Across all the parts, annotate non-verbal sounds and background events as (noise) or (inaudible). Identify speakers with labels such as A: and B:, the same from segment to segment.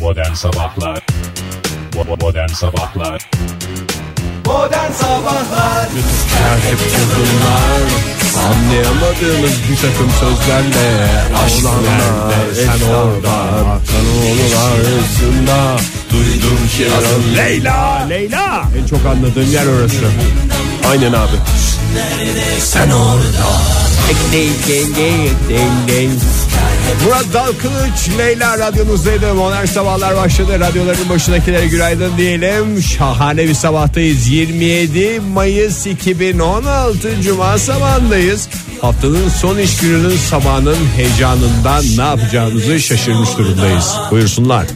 A: Modern Sabahlar Bo- Modern Sabahlar
B: Modern Sabahlar
C: Anlayamadığımız bir takım sözlerle Olanlar sen orada Kanalılar arasında Duydum ki adım Leyla Leyla En çok anladığım yer orası Aynen abi Sen orada Murat Dalkılıç Leyla radyonuzdaydı Modern sabahlar başladı Radyoların başındakilere günaydın diyelim Şahane bir sabahtayız 27 Mayıs 2016 Cuma sabahındayız Haftanın son iş gününün sabahının heyecanından ne yapacağımızı şaşırmış durumdayız. Buyursunlar.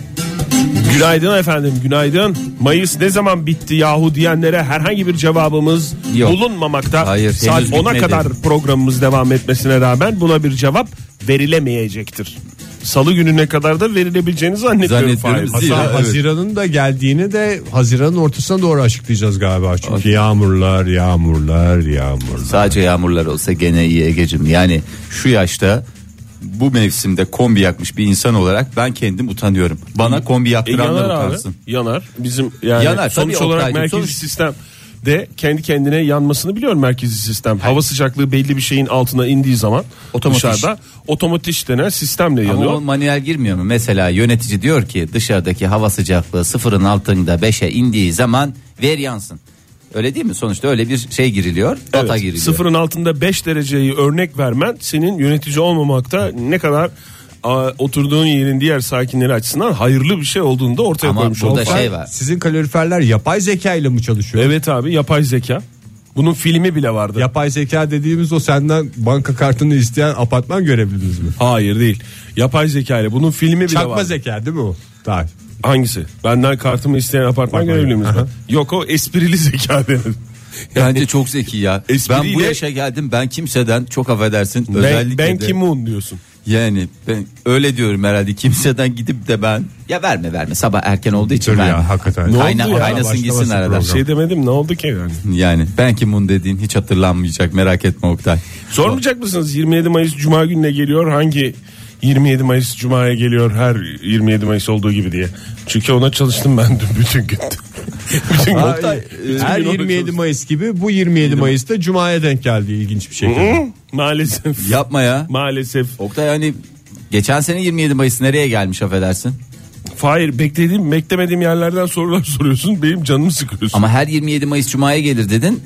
D: Günaydın efendim günaydın. Mayıs ne zaman bitti yahu diyenlere herhangi bir cevabımız
B: Yok.
D: bulunmamakta.
B: Hayır, henüz
D: Saat 10'a
B: bitmedi.
D: kadar programımız devam etmesine rağmen buna bir cevap verilemeyecektir. Salı gününe kadar da verilebileceğini zannetmiyorum.
B: Zannediyorum,
D: Fahir.
B: zira-
D: Hasan,
B: Evet.
C: Haziran'ın da geldiğini de Haziran'ın ortasına doğru açıklayacağız galiba. Çünkü yağmurlar, yağmurlar, yağmurlar.
B: Sadece yağmurlar olsa gene iyi Egecim Yani şu yaşta bu mevsimde kombi yakmış bir insan olarak ben kendim utanıyorum. Bana kombi
D: E, yanar
B: yaktıranlar
D: abi.
B: utansın.
D: Yanar. Bizim yani
B: Yanar,
D: sonuç
B: tabii
D: olarak
B: Oktay'cığım,
D: merkezi
B: sonuç-
D: sistem de kendi kendine yanmasını biliyor merkezi sistem. Hava sıcaklığı belli bir şeyin altına indiği zaman
B: Otomatik.
D: dışarıda otomatik denen sistemle
B: Ama
D: yanıyor.
B: o manuel girmiyor mu? Mesela yönetici diyor ki dışarıdaki hava sıcaklığı sıfırın altında 5'e indiği zaman ver yansın. Öyle değil mi? Sonuçta öyle bir şey giriliyor. Data
D: Evet,
B: giriliyor.
D: Sıfırın altında 5 dereceyi örnek vermen senin yönetici olmamakta ne kadar a, oturduğun yerin diğer sakinleri açısından hayırlı bir şey olduğunu da ortaya
B: Ama
D: koymuş
B: burada
D: olduk.
B: şey var.
C: Sizin kaloriferler yapay zeka ile mi çalışıyor?
D: Evet abi yapay zeka. Bunun filmi bile vardı.
C: Yapay zeka dediğimiz o senden banka kartını isteyen apartman görebildiniz mi?
D: Hayır değil. Yapay zeka ile bunun filmi bile
C: Çakma
D: vardı.
C: zeka değil mi o? Daha.
D: Hangisi? Benden kartımı isteyen apartman
C: Bak,
D: görevlimiz
C: aha.
D: var. (laughs) Yok o esprili zeka denir.
B: Bence çok zeki ya.
D: Espriyle-
B: Ben bu yaşa geldim. Ben kimseden çok affedersin.
D: Ben,
B: özellikle
D: ben
B: de-
D: kimun diyorsun.
B: Yani ben öyle diyorum herhalde kimseden gidip de ben ya verme verme sabah erken olduğu için
C: Dur
B: verme.
C: ya, hakikaten.
D: Ne
B: Kayna-
D: oldu ya?
B: kaynasın gitsin
C: Başlamasın
B: arada.
C: program.
D: Şey demedim ne oldu ki yani?
B: Yani ben kimun dediğin hiç hatırlanmayacak merak etme Oktay.
D: Sormayacak mısınız 27 Mayıs Cuma gününe geliyor hangi 27 Mayıs Cuma'ya geliyor her 27 Mayıs olduğu gibi diye. Çünkü ona çalıştım ben dün bütün gün. (laughs) bütün e, gün.
C: Oktay, her 27 Mayıs gibi bu 27 Mayıs'ta Cuma'ya denk geldi ilginç bir şekilde.
D: Hı? Maalesef.
B: Yapma ya.
D: Maalesef.
B: Oktay hani geçen sene 27 Mayıs nereye gelmiş affedersin?
D: Fahir beklediğim beklemediğim yerlerden sorular (laughs) soruyorsun benim canımı sıkıyorsun.
B: Ama her 27 Mayıs Cuma'ya gelir dedin.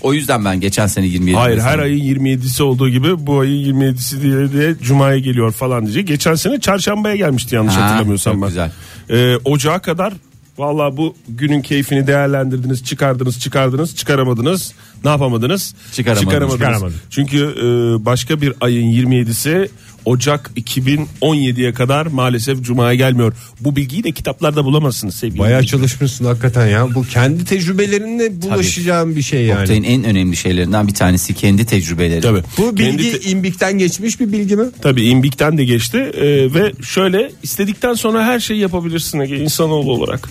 B: O yüzden ben geçen sene 27
D: Hayır
B: Mayıs'ta-
D: her ayın 27'si olduğu gibi bu ayın 27'si diye de Cuma'ya geliyor falan diye. Geçen sene çarşambaya gelmişti yanlış
B: Ha,
D: hatırlamıyorsam
B: çok
D: ben.
B: güzel.
D: Ee, Ocağa kadar valla bu günün keyfini değerlendirdiniz çıkardınız çıkardınız çıkaramadınız ne yapamadınız?
B: Çıkaramadınız.
C: Çıkaramadım.
D: Çünkü e, başka bir ayın 27'si Ocak 2017'ye kadar maalesef Cuma'ya gelmiyor. Bu bilgiyi de kitaplarda bulamazsınız sevgili.
C: Bayağı
D: dinleyiciler.
C: çalışmışsın hakikaten ya. Bu kendi tecrübelerinle bulaşacağın bir şey yani.
B: Oktay'ın en önemli şeylerinden bir tanesi kendi tecrübeleri.
D: Tabii.
C: Bu
D: Kendi
C: bilgi
D: te-
C: imbikten geçmiş bir bilgi mi?
D: Tabii imbikten de geçti Ee, ve şöyle istedikten sonra her şeyi yapabilirsin Ege insanoğlu olarak.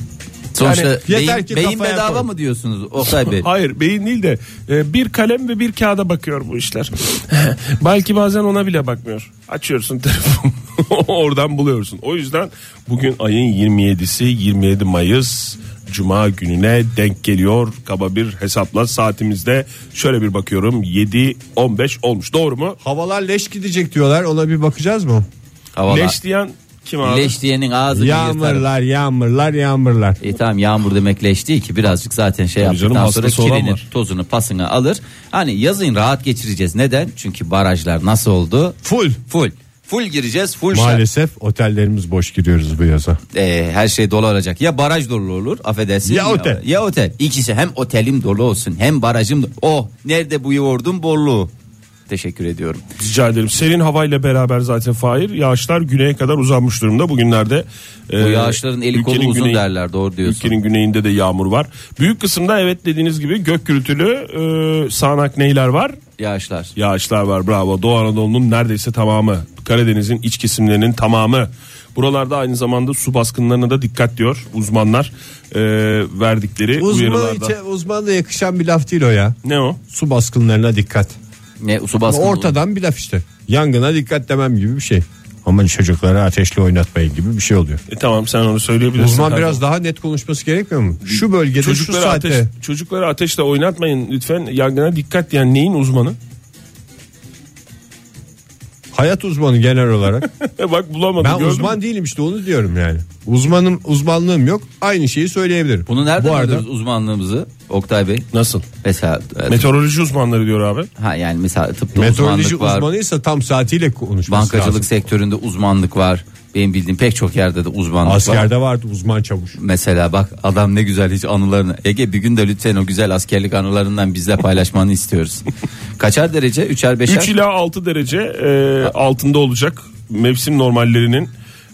B: Sonuçta
C: Yani yeter
B: beyin,
C: ki
B: beyin
C: kafaya
B: bedava
C: koy.
B: mı diyorsunuz
C: (laughs)
B: Oktay Bey?
D: Hayır beyin değil de e, bir kalem ve bir kağıda bakıyor bu işler. (laughs) Belki bazen ona bile bakmıyor. Açıyorsun telefonu (laughs) oradan buluyorsun. O yüzden bugün ayın 27'si 27 Mayıs Cuma gününe denk geliyor. Kaba bir hesapla saatimizde şöyle bir bakıyorum 7.15 olmuş doğru mu?
C: Havalar leş gidecek diyorlar. Ona bir bakacağız mı?
B: Havalar.
D: Leş diyen kim abi?
B: Leş diyenin ağzını yırtarım.
C: Yağmurlar, yağmurlar, yağmurlar.
B: E tamam yağmur demek leş değil ki birazcık zaten şey
D: canım,
B: yaptıktan sonra
D: hastası olan
B: kirini
D: var.
B: tozunu pasını alır. Hani yazın rahat geçireceğiz. Neden? Çünkü barajlar nasıl oldu?
C: Full.
B: Full. Full gireceğiz full şart.
C: Maalesef otellerimiz boş giriyoruz bu yaza.
B: E, her şey dolu olacak. Ya baraj dolu olur affedersin.
C: Ya otel.
B: Ya otel. İkisi hem otelim dolu olsun hem barajım dolu. Oh nerede bu yoğurdun bolluğu. Teşekkür ediyorum.
D: Rica ederim. Serin havayla beraber zaten Fahir yağışlar güneye kadar uzanmış durumda. Bugünlerde e,
B: Bu yağışların eli kolu
D: ülkenin
B: uzun
D: güneyi-
B: derler doğru diyorsun.
D: Ülkenin güneyinde de yağmur var. Büyük kısımda evet dediğiniz gibi gök gürültülü e, sağanak neyler var?
B: Yağışlar.
D: Yağışlar var bravo. Doğu Anadolu'nun neredeyse tamamı. Karadeniz'in iç kesimlerinin tamamı. Buralarda aynı zamanda su baskınlarına da dikkat diyor uzmanlar e, verdikleri
C: Uzman,
D: uyarılarda.
C: içe, uzman da yakışan bir laf değil o ya.
D: Ne o?
C: Su baskınlarına dikkat.
B: Ne su baskını.
C: Ortadan bir laf işte. Yangına dikkat demem gibi bir şey. Ama çocukları ateşle oynatmayın gibi bir şey oluyor.
D: E tamam sen onu söyleyebilirsin.
A: Uzman
D: Her
A: biraz daha net konuşması gerekmiyor mu? Şu bölgede şu
D: Çocukları,
A: saatte.
D: ateş, çocukları ateşle oynatmayın lütfen. Yangına dikkat yani neyin uzmanı? (laughs)
C: Hayat uzmanı genel
B: (laughs)
C: olarak.
D: E bak bulamadım.
C: Ben
D: gördün mü?
C: uzman değilim işte onu diyorum yani. Uzmanım uzmanlığım yok. Aynı şeyi söyleyebilirim.
B: Bunu nereden
C: Bu arada
B: alıyoruz uzmanlığımızı Oktay Bey?
D: Nasıl?
B: Mesela e,
D: Meteoroloji uzmanları diyor abi.
B: ha yani mesela tıpta
C: meteoroloji
B: uzmanlık var.
C: uzmanıysa tam saatiyle konuşması
B: Bankacılık
C: lazım.
B: sektöründe uzmanlık var. Benim bildiğim pek çok yerde de uzmanlık var.
C: Askerde vardı uzman çavuş.
B: Mesela bak adam ne güzel hiç anılarını. Ege bir gün de lütfen o güzel askerlik anılarından bizle paylaşmanı istiyoruz. Kaçar derece? Üçer beşer?
D: 3 ila 6 derece e, altında olacak mevsim normallerinin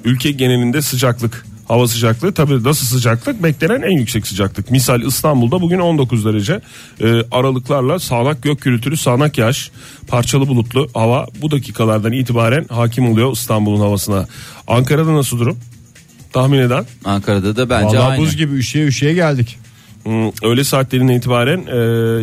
D: ülke genelinde sıcaklık hava sıcaklığı tabii nasıl sıcaklık beklenen en yüksek sıcaklık. Misal İstanbul'da bugün 19 derece e, aralıklarla sağanak gök gürültülü sağanak yağış parçalı bulutlu hava bu dakikalardan itibaren hakim oluyor İstanbul'un havasına. Ankara'da nasıl durum? Tahmin eden?
B: Ankara'da da bence
C: Vallahi
B: aynı.
C: buz gibi üşüye üşüye geldik.
D: Hmm, öğle saatlerinden itibaren e,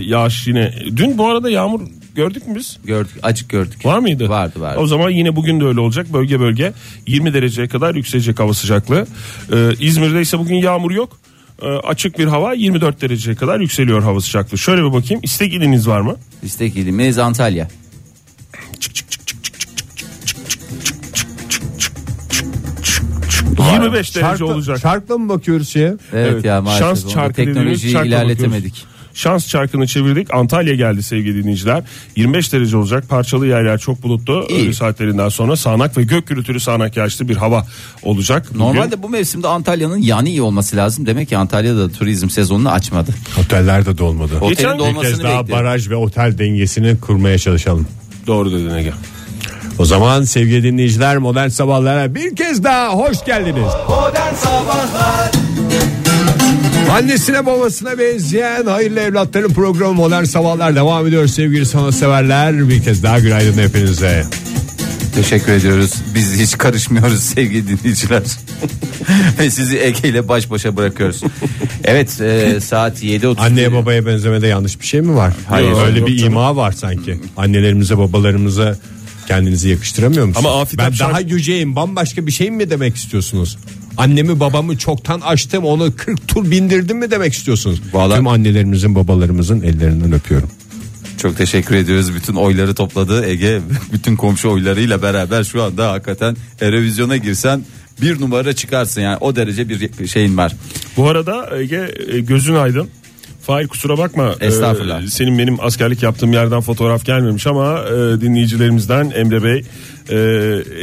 D: yağış yine. Dün bu arada yağmur gördük mü biz?
B: Gördük, açık gördük.
D: Var mıydı?
B: Vardı vardı.
D: O zaman yine bugün de öyle olacak. Bölge bölge 20 dereceye kadar yükselecek hava sıcaklığı. Ee, İzmir'de ise bugün yağmur yok. Ee, açık bir hava 24 dereceye kadar yükseliyor hava sıcaklığı. Şöyle bir bakayım. İstek iliniz var mı?
B: İstek ilimiz Antalya.
C: Var.
D: 25 derece
C: Şarkla-
D: olacak.
C: Şarkla mı bakıyoruz şeye?
B: Evet,
D: Evet,
B: ya maalesef.
D: şans
B: onu da
D: çarkı
B: teknolojiyi
D: dediğimiz çarkla
B: ilerletemedik.
D: bakıyoruz. Şans çarkını çevirdik. Antalya geldi sevgili dinleyiciler. 25 derece olacak. Parçalı yerler çok bulutlu.
B: İyi.
D: Öğle saatlerinden sonra sağanak ve gök gürültülü sağanak yağışlı bir hava olacak. Bugün-
B: Normalde bu mevsimde Antalya'nın yani iyi olması lazım. Demek ki Antalya'da da turizm sezonunu açmadı.
C: Otellerde de olmadı.
B: Otelin
D: Geçen- Bir
B: de
C: Bir kez
B: olmasını
C: daha
B: bekliyor.
C: baraj ve otel dengesini kurmaya çalışalım.
D: doğru dedin Ege.
C: O zaman sevgili dinleyiciler modern sabahlara bir kez daha hoş geldiniz. Annesine babasına benzeyen hayırlı evlatların programı modern sabahlar devam ediyor sevgili sanatseverler. Bir kez daha günaydın hepinize.
B: Teşekkür ediyoruz. Biz hiç karışmıyoruz
D: (laughs)
B: sevgili dinleyiciler. Ve sizi Ege ile baş başa bırakıyoruz. evet e, saat 7.30.
C: Anneye babaya benzemede yanlış bir şey mi var?
B: Hayır.
C: Hayır. Öyle
D: Yok
C: bir
D: canım.
C: ima var sanki. Annelerimize babalarımıza kendinizi yakıştıramıyor musunuz?
D: Ama Afet
C: ben
D: Abşar-
C: daha yüceyim bambaşka bir şey mi demek istiyorsunuz? Annemi babamı çoktan açtım onu 40 tur bindirdim mi demek istiyorsunuz?
B: Vallahi-
C: Tüm annelerimizin babalarımızın ellerinden öpüyorum.
B: Çok teşekkür ediyoruz. Bütün oyları topladı Ege. (laughs) Bütün komşu oylarıyla beraber şu anda hakikaten Erevizyon'a girsen bir numara çıkarsın yani o derece bir şeyin var.
D: Bu arada Ege e, gözün aydın. Fahir kusura bakma.
B: Estağfurullah.
D: Ee, senin benim askerlik yaptığım yerden fotoğraf gelmemiş ama e, dinleyicilerimizden Emre Bey e,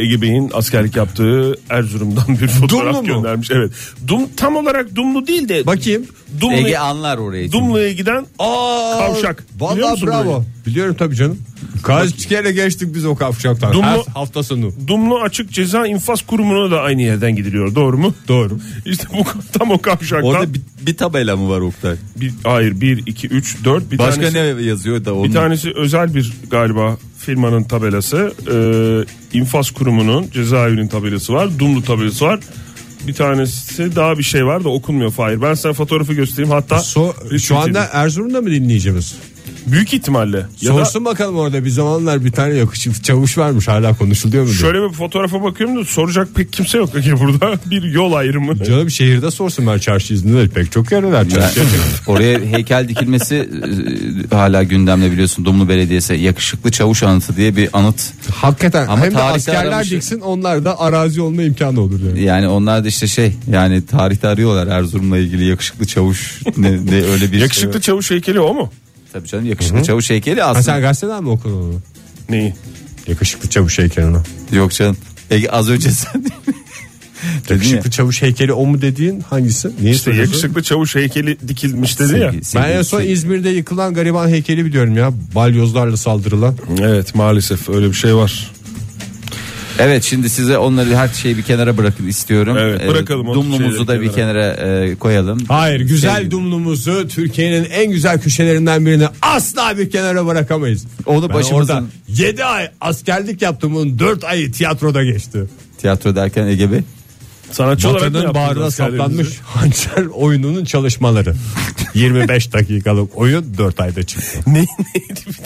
D: Ege Bey'in askerlik yaptığı Erzurum'dan bir fotoğraf
C: Dumlu mu?
D: göndermiş. Evet. Dum tam olarak Dumlu değil de
C: Bakayım.
D: Dumlu,
B: Ege anlar orayı.
D: Dumlu'ya giden
C: Aa,
D: Kavşak. Biliyor
C: Vallahi
D: musun
C: bravo. Biliyorum tabii canım. Kaç kere geçtik biz o kavşaktan.
D: Dumlu-
C: Her hafta sonu.
D: Dumlu Açık Ceza İnfaz Kurumu'na da aynı yerden gidiliyor. Doğru mu?
C: Doğru.
D: İşte bu (laughs) tam o kavşaktan.
B: Orada bir, bir tabela mı var Oktay?
D: bir, hayır 1 2 3 4 bir
B: Başka
D: tanesi-
B: ne yazıyor da onun?
D: Bir tanesi özel bir galiba firmanın tabelası. Ee, infaz kurumunun cezaevinin tabelası var. Dumlu tabelası var. Bir tanesi daha bir şey var da okunmuyor Fahir. Ben sana fotoğrafı göstereyim hatta.
C: So, şu
D: Retweet
C: anda
D: edeyim.
C: Erzurum'da mı dinleyeceğimiz?
D: büyük ihtimalle. Ya da
C: Sorsun bakalım orada bir zamanlar bir tane yakışıklı çavuş varmış hala konuşuluyor mu? diye.
D: şöyle bir fotoğrafa bakıyorum da soracak pek kimse yok Ege burada. (laughs) Bir yol ayrımı.
C: Canım şehirde sorsun ben çarşı izninde de pek çok yerler var.
B: Yani
C: çarşı.
B: oraya heykel dikilmesi e, hala gündemde biliyorsun Dumlu Belediyesi yakışıklı çavuş anıtı diye bir anıt.
C: Hakikaten
B: Ama
C: hem de
B: tarihte
C: askerler
B: aramış-
C: diksin onlar da arazi olma imkanı olur yani.
B: Yani onlar da işte şey yani tarihte arıyorlar Erzurum'la ilgili yakışıklı çavuş ne, ne öyle bir
D: Yakışıklı
B: şey.
D: çavuş heykeli o mu?
B: Tabii canım yakışıklı çavuş heykeli
C: Ha, sen
B: aslında.
C: gazeteden mi okudun onu?
D: Neyi?
C: Yakışıklı çavuş heykelini.
B: Yok canım. Ege, az önce sen dedin ya.
C: Yakışıklı çavuş heykeli o mu dediğin hangisi? Niye
D: İşte
C: soruyorsun?
D: yakışıklı çavuş heykeli dikilmiş dedi ya.
B: Sevgi- sevgi-
C: Ben en son
B: sevgi-
C: İzmir'de yıkılan gariban heykeli biliyorum ya. Balyozlarla saldırılan.
D: Evet maalesef öyle bir şey var.
B: Evet şimdi size onları her şeyi bir kenara bırakın istiyorum.
D: Evet,
B: Ee,
D: bırakalım o
B: Dumlumuzu
D: şeyleri
B: da bir kenara e, koyalım. Şey,
C: Hayır güzel
B: Sevgi-
C: dumlumuzu Türkiye'nin en güzel köşelerinden birini asla bir kenara bırakamayız.
B: Onu
C: Ben
B: başımızın-
C: orada 7 ay askerlik yaptımın 4 ayı tiyatroda geçti.
B: Tiyatro derken Ege Bey.
D: Sanatçı olarak ne
C: Batı'nın
D: yaptınız
C: bağrına
D: askerlerinizi? (laughs)
C: saplanmış (laughs) hançer oyununun çalışmaları. 25 dakikalık oyun 4 ayda çıktı.
D: Ne, neydi bir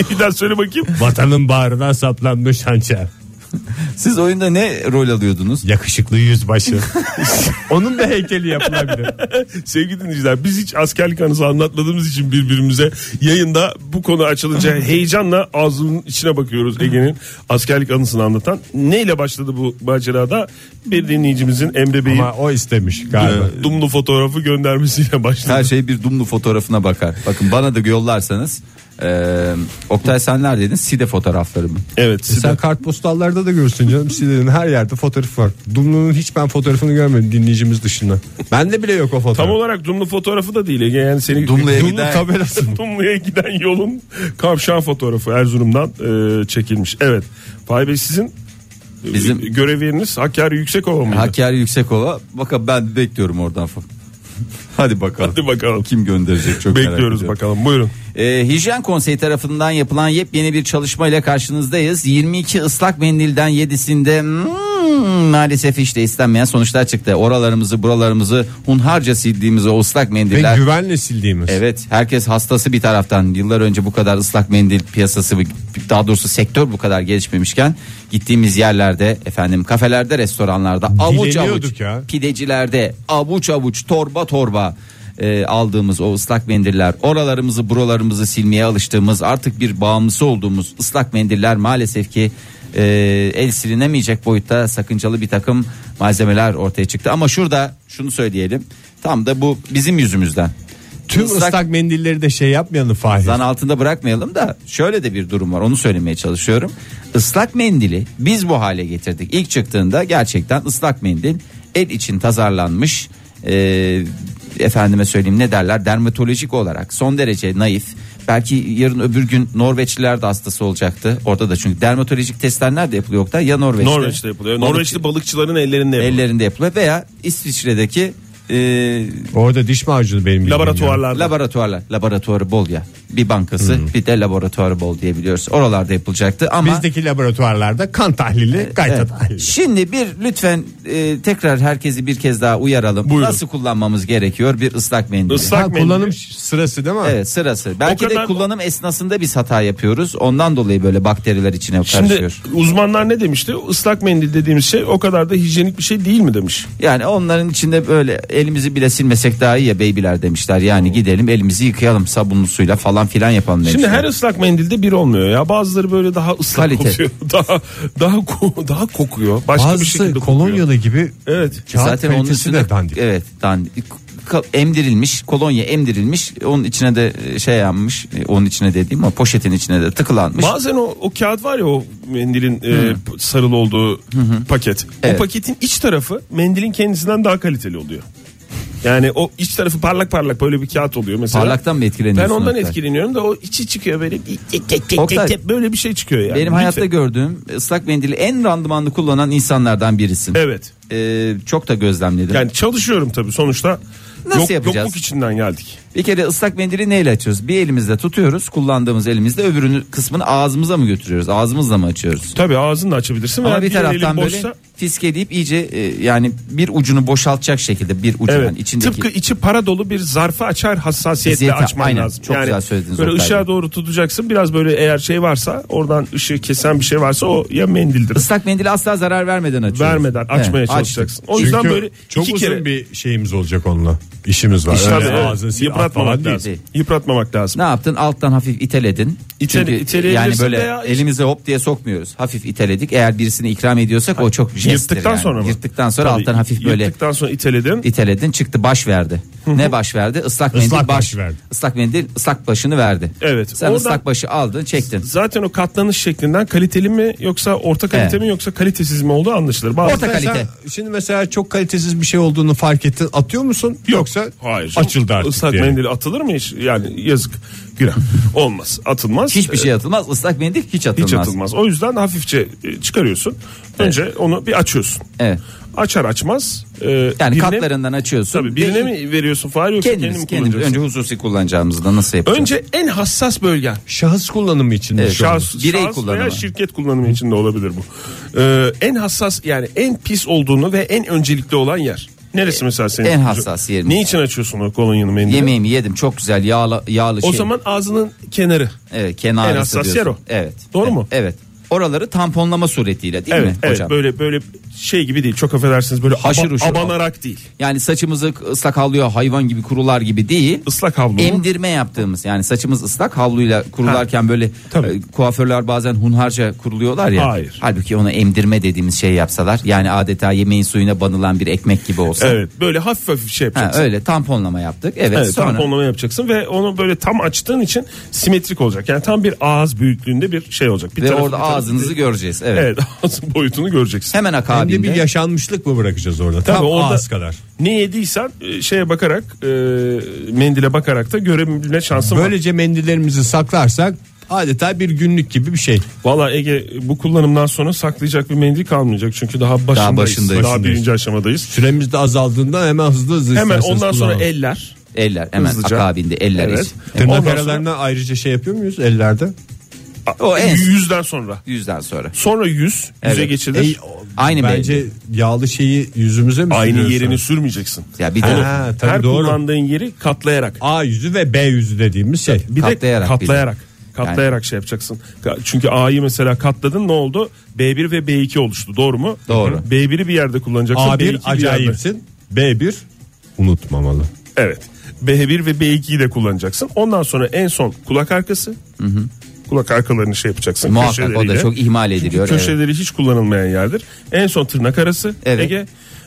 D: daha, bir daha söyle bakayım.
C: Vatanın bağrına saplanmış hançer.
B: Siz oyunda ne rol alıyordunuz?
C: Yakışıklı yüzbaşı. Onun da heykeli yapılabilir.
D: Sevgili dinleyiciler biz hiç askerlik anısı anlatmadığımız için birbirimize yayında bu konu açılınca heyecanla ağzının içine bakıyoruz Ege'nin askerlik anısını anlatan. Neyle başladı bu macerada? Bir dinleyicimizin Emre Bey'in
C: Ama o istemiş galiba.
D: dumlu fotoğrafı göndermesiyle başladı.
B: Her şey bir dumlu fotoğrafına bakar. Bakın bana da yollarsanız. eee Oktay sen neredeydin? Side fotoğrafları mı?
D: Evet.
C: E Sen
D: Side.
C: kartpostallarda da görürsün canım. Silenin her yerde fotoğraf var. Dumlu'nun hiç ben fotoğrafını görmedim dinleyicimiz dışında. Bende bile yok o fotoğraf.
D: Tam olarak Dumlu fotoğrafı da değil Ege. Yani seni (laughs)
B: Dumlu'ya
D: Dumlu
B: giden-
C: tabelası mı?
D: Dumlu'ya giden yolun kavşan fotoğrafı Erzurum'dan e, çekilmiş. Evet. Fahri Bey sizin
B: Bizim-
D: Bizim görev yeriniz Hakkari Yüksekova mıydı?
B: Hakkari Yüksekova. Bakın ben bekliyorum oradan. (laughs) fo- Hadi bakalım.
D: Hadi bakalım.
B: Kim gönderecek çok merak
D: Bekliyoruz
B: ediyorum.
D: bakalım. Buyurun.
B: Ee, Hijyen Konseyi tarafından yapılan yepyeni bir çalışma ile karşınızdayız. 22 ıslak mendilden 7'sinde hmm, maalesef hiç de istenmeyen sonuçlar çıktı. Oralarımızı buralarımızı hunharca sildiğimiz o ıslak
C: Ve
B: mendiller.
C: güvenle sildiğimiz.
B: Evet herkes hastası bir taraftan yıllar önce bu kadar ıslak mendil piyasası daha doğrusu sektör bu kadar gelişmemişken gittiğimiz yerlerde efendim kafelerde restoranlarda avuç avuç
C: Dileniyorduk ya.
B: pidecilerde avuç avuç torba torba e, aldığımız o ıslak mendiller oralarımızı buralarımızı silmeye alıştığımız artık bir bağımlısı olduğumuz ıslak mendiller maalesef ki e, el silinemeyecek boyutta sakıncalı bir takım malzemeler ortaya çıktı ama şurada şunu söyleyelim tam da bu bizim yüzümüzden
C: Tüm ıslak, mendilleri de şey yapmayalım Fahir.
B: Zan altında bırakmayalım da şöyle de bir durum var onu söylemeye çalışıyorum. Islak mendili biz bu hale getirdik. İlk çıktığında gerçekten ıslak mendil el için tasarlanmış e, efendime söyleyeyim ne derler dermatolojik olarak son derece naif. Belki yarın öbür gün Norveçliler de hastası olacaktı. Orada da çünkü dermatolojik testler nerede yapılıyor Oktay? Ya Norveç'te.
D: Norveç'te yapılıyor. Norveçli balıkçıların ellerinde yapılıyor.
B: Ellerinde yapılıyor veya İsviçre'deki e,
C: Orada diş macunu benim bildiğim ya.
D: Laboratuvarlarda.
B: Laboratuvarlar. Laboratuvarı bol ya. Bir bankası
D: Hmm.
B: bir de laboratuvarı bol diye biliyoruz. Oralarda yapılacaktı ama...
C: Bizdeki laboratuvarlarda kan tahlili, kayta
D: (laughs)
B: Evet.
C: tahlili.
B: Şimdi bir lütfen e, tekrar herkesi bir kez daha uyaralım.
D: Buyurun.
B: Nasıl kullanmamız gerekiyor bir ıslak mendil?
D: Islak
C: Ha,
D: mendil.
C: kullanım sırası değil mi?
B: Evet sırası. Belki de
D: kadar-
B: kullanım esnasında biz hata yapıyoruz. Ondan dolayı böyle bakteriler içine
D: Şimdi
B: karışıyor.
D: uzmanlar ne demişti? Islak mendil dediğimiz şey o kadar da hijyenik bir şey değil mi demiş.
B: Yani onların içinde böyle elimizi bile silmesek daha iyi ya beybiler demişler. Yani gidelim elimizi yıkayalım sabunlu suyla falan filan yapalım demişler.
D: Şimdi her ıslak mendilde bir olmuyor ya. Bazıları böyle daha ıslak
B: Kalite.
D: oluyor. (laughs) Daha daha ko- daha kokuyor. Başka bir şekilde
C: Bazısı
D: kokuyor.
C: kolonyalı gibi
D: Evet.
C: kağıt
B: Zaten onun
C: kalitesi
B: üstünde e,
C: de dandik.
B: evet dandik Ka- emdirilmiş kolonya emdirilmiş onun içine de e, şey yanmış e, onun içine dediğim o poşetin içine de tıkılanmış.
D: Bazen o, o kağıt var ya o mendilin e, p- sarılı olduğu paket.
B: Evet.
D: O paketin iç tarafı mendilin kendisinden daha kaliteli oluyor. Yani o iç tarafı parlak parlak böyle bir kağıt oluyor mesela.
B: Parlaktan mı
D: Ben
B: etkileniyorsun?
D: ondan
B: Oktay?
D: etkileniyorum da o içi çıkıyor böyle
B: Oktay.
D: böyle bir şey çıkıyor yani.
B: Benim hayatta
D: Lütfen.
B: gördüğüm ıslak mendili en randımanlı kullanan insanlardan birisin.
D: Evet.
B: Ee, çok da gözlemledim.
D: Yani çalışıyorum tabii sonuçta.
B: Nasıl
D: Yok-
B: yapacağız?
D: Yokluk içinden geldik.
B: Bir kere ıslak mendili neyle açıyoruz? Bir elimizde tutuyoruz, kullandığımız elimizde öbürünü kısmını ağzımıza mı götürüyoruz? Ağzımızla mı açıyoruz?
D: Tabii ağzını da açabilirsin.
B: Ama
D: veya
B: bir
D: diğer elin
B: taraftan böyle
D: boşsa-
B: fiskeleyip iyice e, yani bir ucunu boşaltacak şekilde bir ucundan
D: Evet.
B: içindeki
D: Tıpkı içi para dolu bir zarfı açar hassasiyetle
B: Ziyete-
D: açman
B: aynen.
D: lazım.
B: Çok güzel söylediniz
D: Böyle
B: Oktay Bey.
D: ışığa doğru tutacaksın. Biraz böyle eğer şey varsa oradan ışığı kesen bir şey varsa o ya mendildir.
B: Islak mendili asla zarar vermeden açıyoruz.
D: Vermeden açmaya
B: Evet,
D: çalışacaksın.
B: açtık.
D: O yüzden
C: Çünkü
D: böyle
C: çok
D: iki
C: uzun
D: kere
C: bir şeyimiz olacak onunla. İşimiz var.
D: İşte
C: Öyle
D: tabii, evet.
C: ağzını sil, at
D: yıpratmamak
C: falan değil.
D: lazım. Yıpratmamak lazım.
B: Ne yaptın? Alttan hafif iteledin.
D: İtele-
B: Çünkü yani
D: iteleyebilirsin
B: böyle
D: veya-
B: elimize hop diye sokmuyoruz. Hafif iteledik. Eğer birisini ikram ediyorsak o çok jesttir.
D: Yırttıktan
B: yani.
D: sonra mı?
B: Yırttıktan sonra
D: Tabii,
B: alttan hafif böyle
D: Yırttıktan sonra iteledin.
B: iteledin çıktı baş verdi. ne baş verdi? Islak mendil
C: Islak
B: baş,
C: baş verdi.
B: Islak mendil ıslak başını verdi.
D: Evet.
B: Sen
D: Oradan-
B: ıslak başı aldın, çektin.
D: Zaten o katlanış şeklinden kaliteli mi yoksa orta kalite
B: Evet.
D: mi yoksa kalitesiz mi olduğu anlaşılır. Bazı
B: Orta kalite.
C: Sen şimdi mesela çok kalitesiz bir şey olduğunu fark ettin atıyor musun? Yoksa
D: Hayır.
C: açıldı artık
D: Islak
C: diye.
D: mendil atılır mı hiç? Yani yazık. Günah. Olmaz. Atılmaz.
B: Hiçbir şey atılmaz. Islak mendil hiç atılmaz.
D: Hiç atılmaz. O yüzden hafifçe e, çıkarıyorsun. Önce onu bir açıyorsun.
B: Evet.
D: Açar açmaz. e,
B: Yani
D: birine-
B: katlarından açıyorsun.
D: Tabii birine mi veriyorsun Fahri yoksa kendin
B: Kendimiz,
D: mi
B: kendimiz.
D: kullanacaksın?
B: Önce hususi kullanacağımızda nasıl yapacağız?
D: Önce en hassas bölgen.
C: şahıs kullanımı için mi
B: Evet.
C: şu an?
D: Şahıs,
B: Birey
D: şahıs veya
B: kullanımı.
D: şirket kullanımı için de olabilir bu. Ee, en hassas yani en pis olduğunu ve en öncelikli olan yer. Neresi mesela senin?
B: E, en hassas yerimiz.
D: Ne için açıyorsun o kolonyanı mendili?
B: Yemeğimi yedim çok güzel yağlı yağlı
D: O
B: şey.
D: zaman ağzının kenarı.
B: evet kenarı
D: en hassas yer o.
B: Evet. E,
D: Doğru
B: Evet,
D: mu?
B: Evet. Oraları tamponlama suretiyle değil mi
D: Evet, evet
B: hocam?
D: böyle böyle şey gibi değil. Çok affedersiniz böyle
B: Haşır
D: aba-
B: huşur.
D: abanarak değil.
B: Yani saçımızı ıslak havluya hayvan gibi kurular gibi değil.
D: Islak havlu mu?
B: Emdirme yaptığımız yani saçımız ıslak havluyla kurularken böyle
D: Tabii.
B: e, kuaförler bazen hunharca kuruluyorlar ya.
D: Hayır.
B: Halbuki ona emdirme dediğimiz şey yapsalar yani adeta yemeğin suyuna banılan bir ekmek gibi olsa.
D: Evet böyle hafif hafif şey
B: Ha,
D: yapacaksın.
B: öyle tamponlama yaptık. Evet,
D: Evet,
B: sonra
D: tamponlama yapacaksın ve onu böyle tam açtığın için simetrik olacak. Yani tam bir ağız büyüklüğünde bir şey olacak. Bir
B: ve
D: tarafı-
B: orada
D: bir tarafı-
B: ağzınızı göreceğiz. Evet.
D: Evet (laughs) ağzın boyutunu göreceksin.
B: Hemen
C: Hem de
B: akabinde.
C: bir yaşanmışlık mı bırakacağız orada? Tam
D: Tabii orada-
C: ağız kadar.
D: Ne yediysen e, şeye bakarak e, mendile bakarak da görebilme şansın var.
C: Böylece mendillerimizi saklarsak adeta bir günlük gibi bir şey.
D: Valla Ege bu kullanımdan sonra saklayacak bir mendil kalmayacak. Çünkü daha başındayız. Daha,
B: başındayız.
D: birinci aşamadayız.
C: Süremiz de azaldığından hemen hızlı hızlı
D: Hemen
C: isterseniz
D: ondan sonra
C: kullanalım.
D: eller.
B: Eller hemen
D: Hızlıca.
B: akabinde eller
D: Evet.
B: için.
C: Tırnak
D: Ondan
C: aralarına ayrıca şey yapıyor muyuz ellerde?
B: O en
D: Yüzden sonra.
B: yüzden sonra.
D: Sonra yüz. Yüze
B: Evet.
D: geçilir.
C: Ey, o-
B: Aynı
C: Bence
B: mendil.
C: yağlı şeyi yüzümüze mi
D: Aynı
C: sürüyoruz?
D: yerini sürmeyeceksin.
B: Ya bir de
C: Ha. tabii
D: Her
C: doğru.
D: kullandığın yeri katlayarak.
C: A yüzü ve B yüzü dediğimiz şey.
D: Bir
B: Katlayarak
D: katlayarak de katlayarak.
B: Yani-
D: Katlayarak şey yapacaksın. Ka- Çünkü A'yı mesela katladın ne oldu? B1 ve B2 oluştu. Doğru mu?
B: Doğru.
D: B1'i bir yerde kullanacaksın. B2
C: A1
D: bir yerde.
C: acayipsin. B1 unutmamalı.
D: Evet. B1 ve B2'yi de kullanacaksın. Ondan sonra en son kulak arkası. Kulak arkalarını şey yapacaksın.
B: E, muhakkak o da
D: köşeleriyle.
B: çok ihmal ediliyor. evet.
D: Köşeleri hiç kullanılmayan yerdir. En son tırnak arası.
B: Evet.
D: Ege.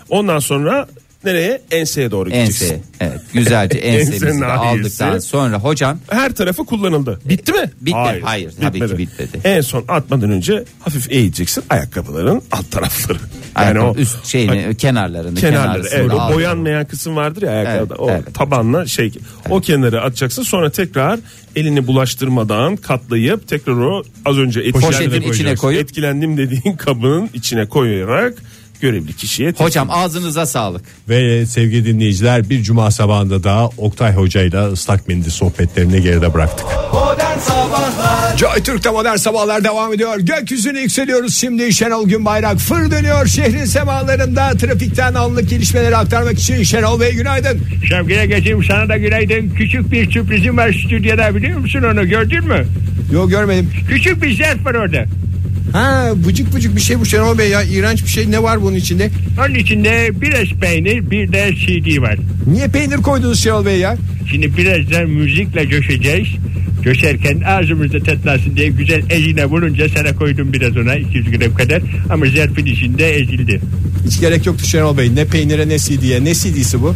D: Ondan sonra nereye? Enseye doğru gideceksin.
B: Ense. Evet.
D: (laughs)
B: Güzelce ensemizi
D: Ensenin
B: de aldıktan
D: ağrısı.
B: sonra hocam
D: Her tarafı kullanıldı.
B: E,
D: Bitti mi?
B: Bitti. Hayır, tabii ki bitmedi.
D: En son atmadan önce hafif eğeceksin ayakkabıların alt tarafları.
B: yani
D: o
B: üst şey, şeyini kenarlarını
D: kenarları evet,
B: kenarlarını
D: o
B: aldık.
D: boyanmayan kısım vardır ya ayakkabıda.
B: Evet,
D: o
B: evet.
D: tabanla şey o kenarı atacaksın sonra tekrar elini bulaştırmadan katlayıp tekrar o az önce etkilendim,
B: Poşetin içine koyup-
D: etkilendim dediğin kabının içine koyarak görevli kişiye teslim
B: Hocam ağzınıza sağlık.
C: Ve sevgili dinleyiciler bir cuma sabahında daha Oktay Hoca ile ıslak mendil sohbetlerini geride bıraktık.
A: Joy Türk'te modern sabahlar devam ediyor. Gökyüzüne yükseliyoruz şimdi. Şenol Günbayrak fır dönüyor şehrin semalarında. Trafikten anlık gelişmeleri aktarmak için Şenol Bey günaydın.
E: Şevki'ye geçeyim sana da günaydın. Küçük bir sürprizim var stüdyoda biliyor musun onu gördün mü?
A: Yok görmedim.
E: Küçük bir zarf var orada.
A: Ha bıcık bıcık bir şey bu Şenol Bey ya. İğrenç bir şey ne var bunun içinde?
E: Onun içinde biraz peynir bir de CD var.
A: Niye peynir koydunuz Şenol Bey ya?
E: Şimdi birazdan müzikle coşacağız. Coşarken ağzımızda tatlansın diye güzel eline vurunca sana koydum biraz ona 200 gram kadar. Ama zarfın içinde ezildi.
A: Hiç gerek yoktu Şenol Bey. Ne peynire ne CD'ye. Ne CD'si bu?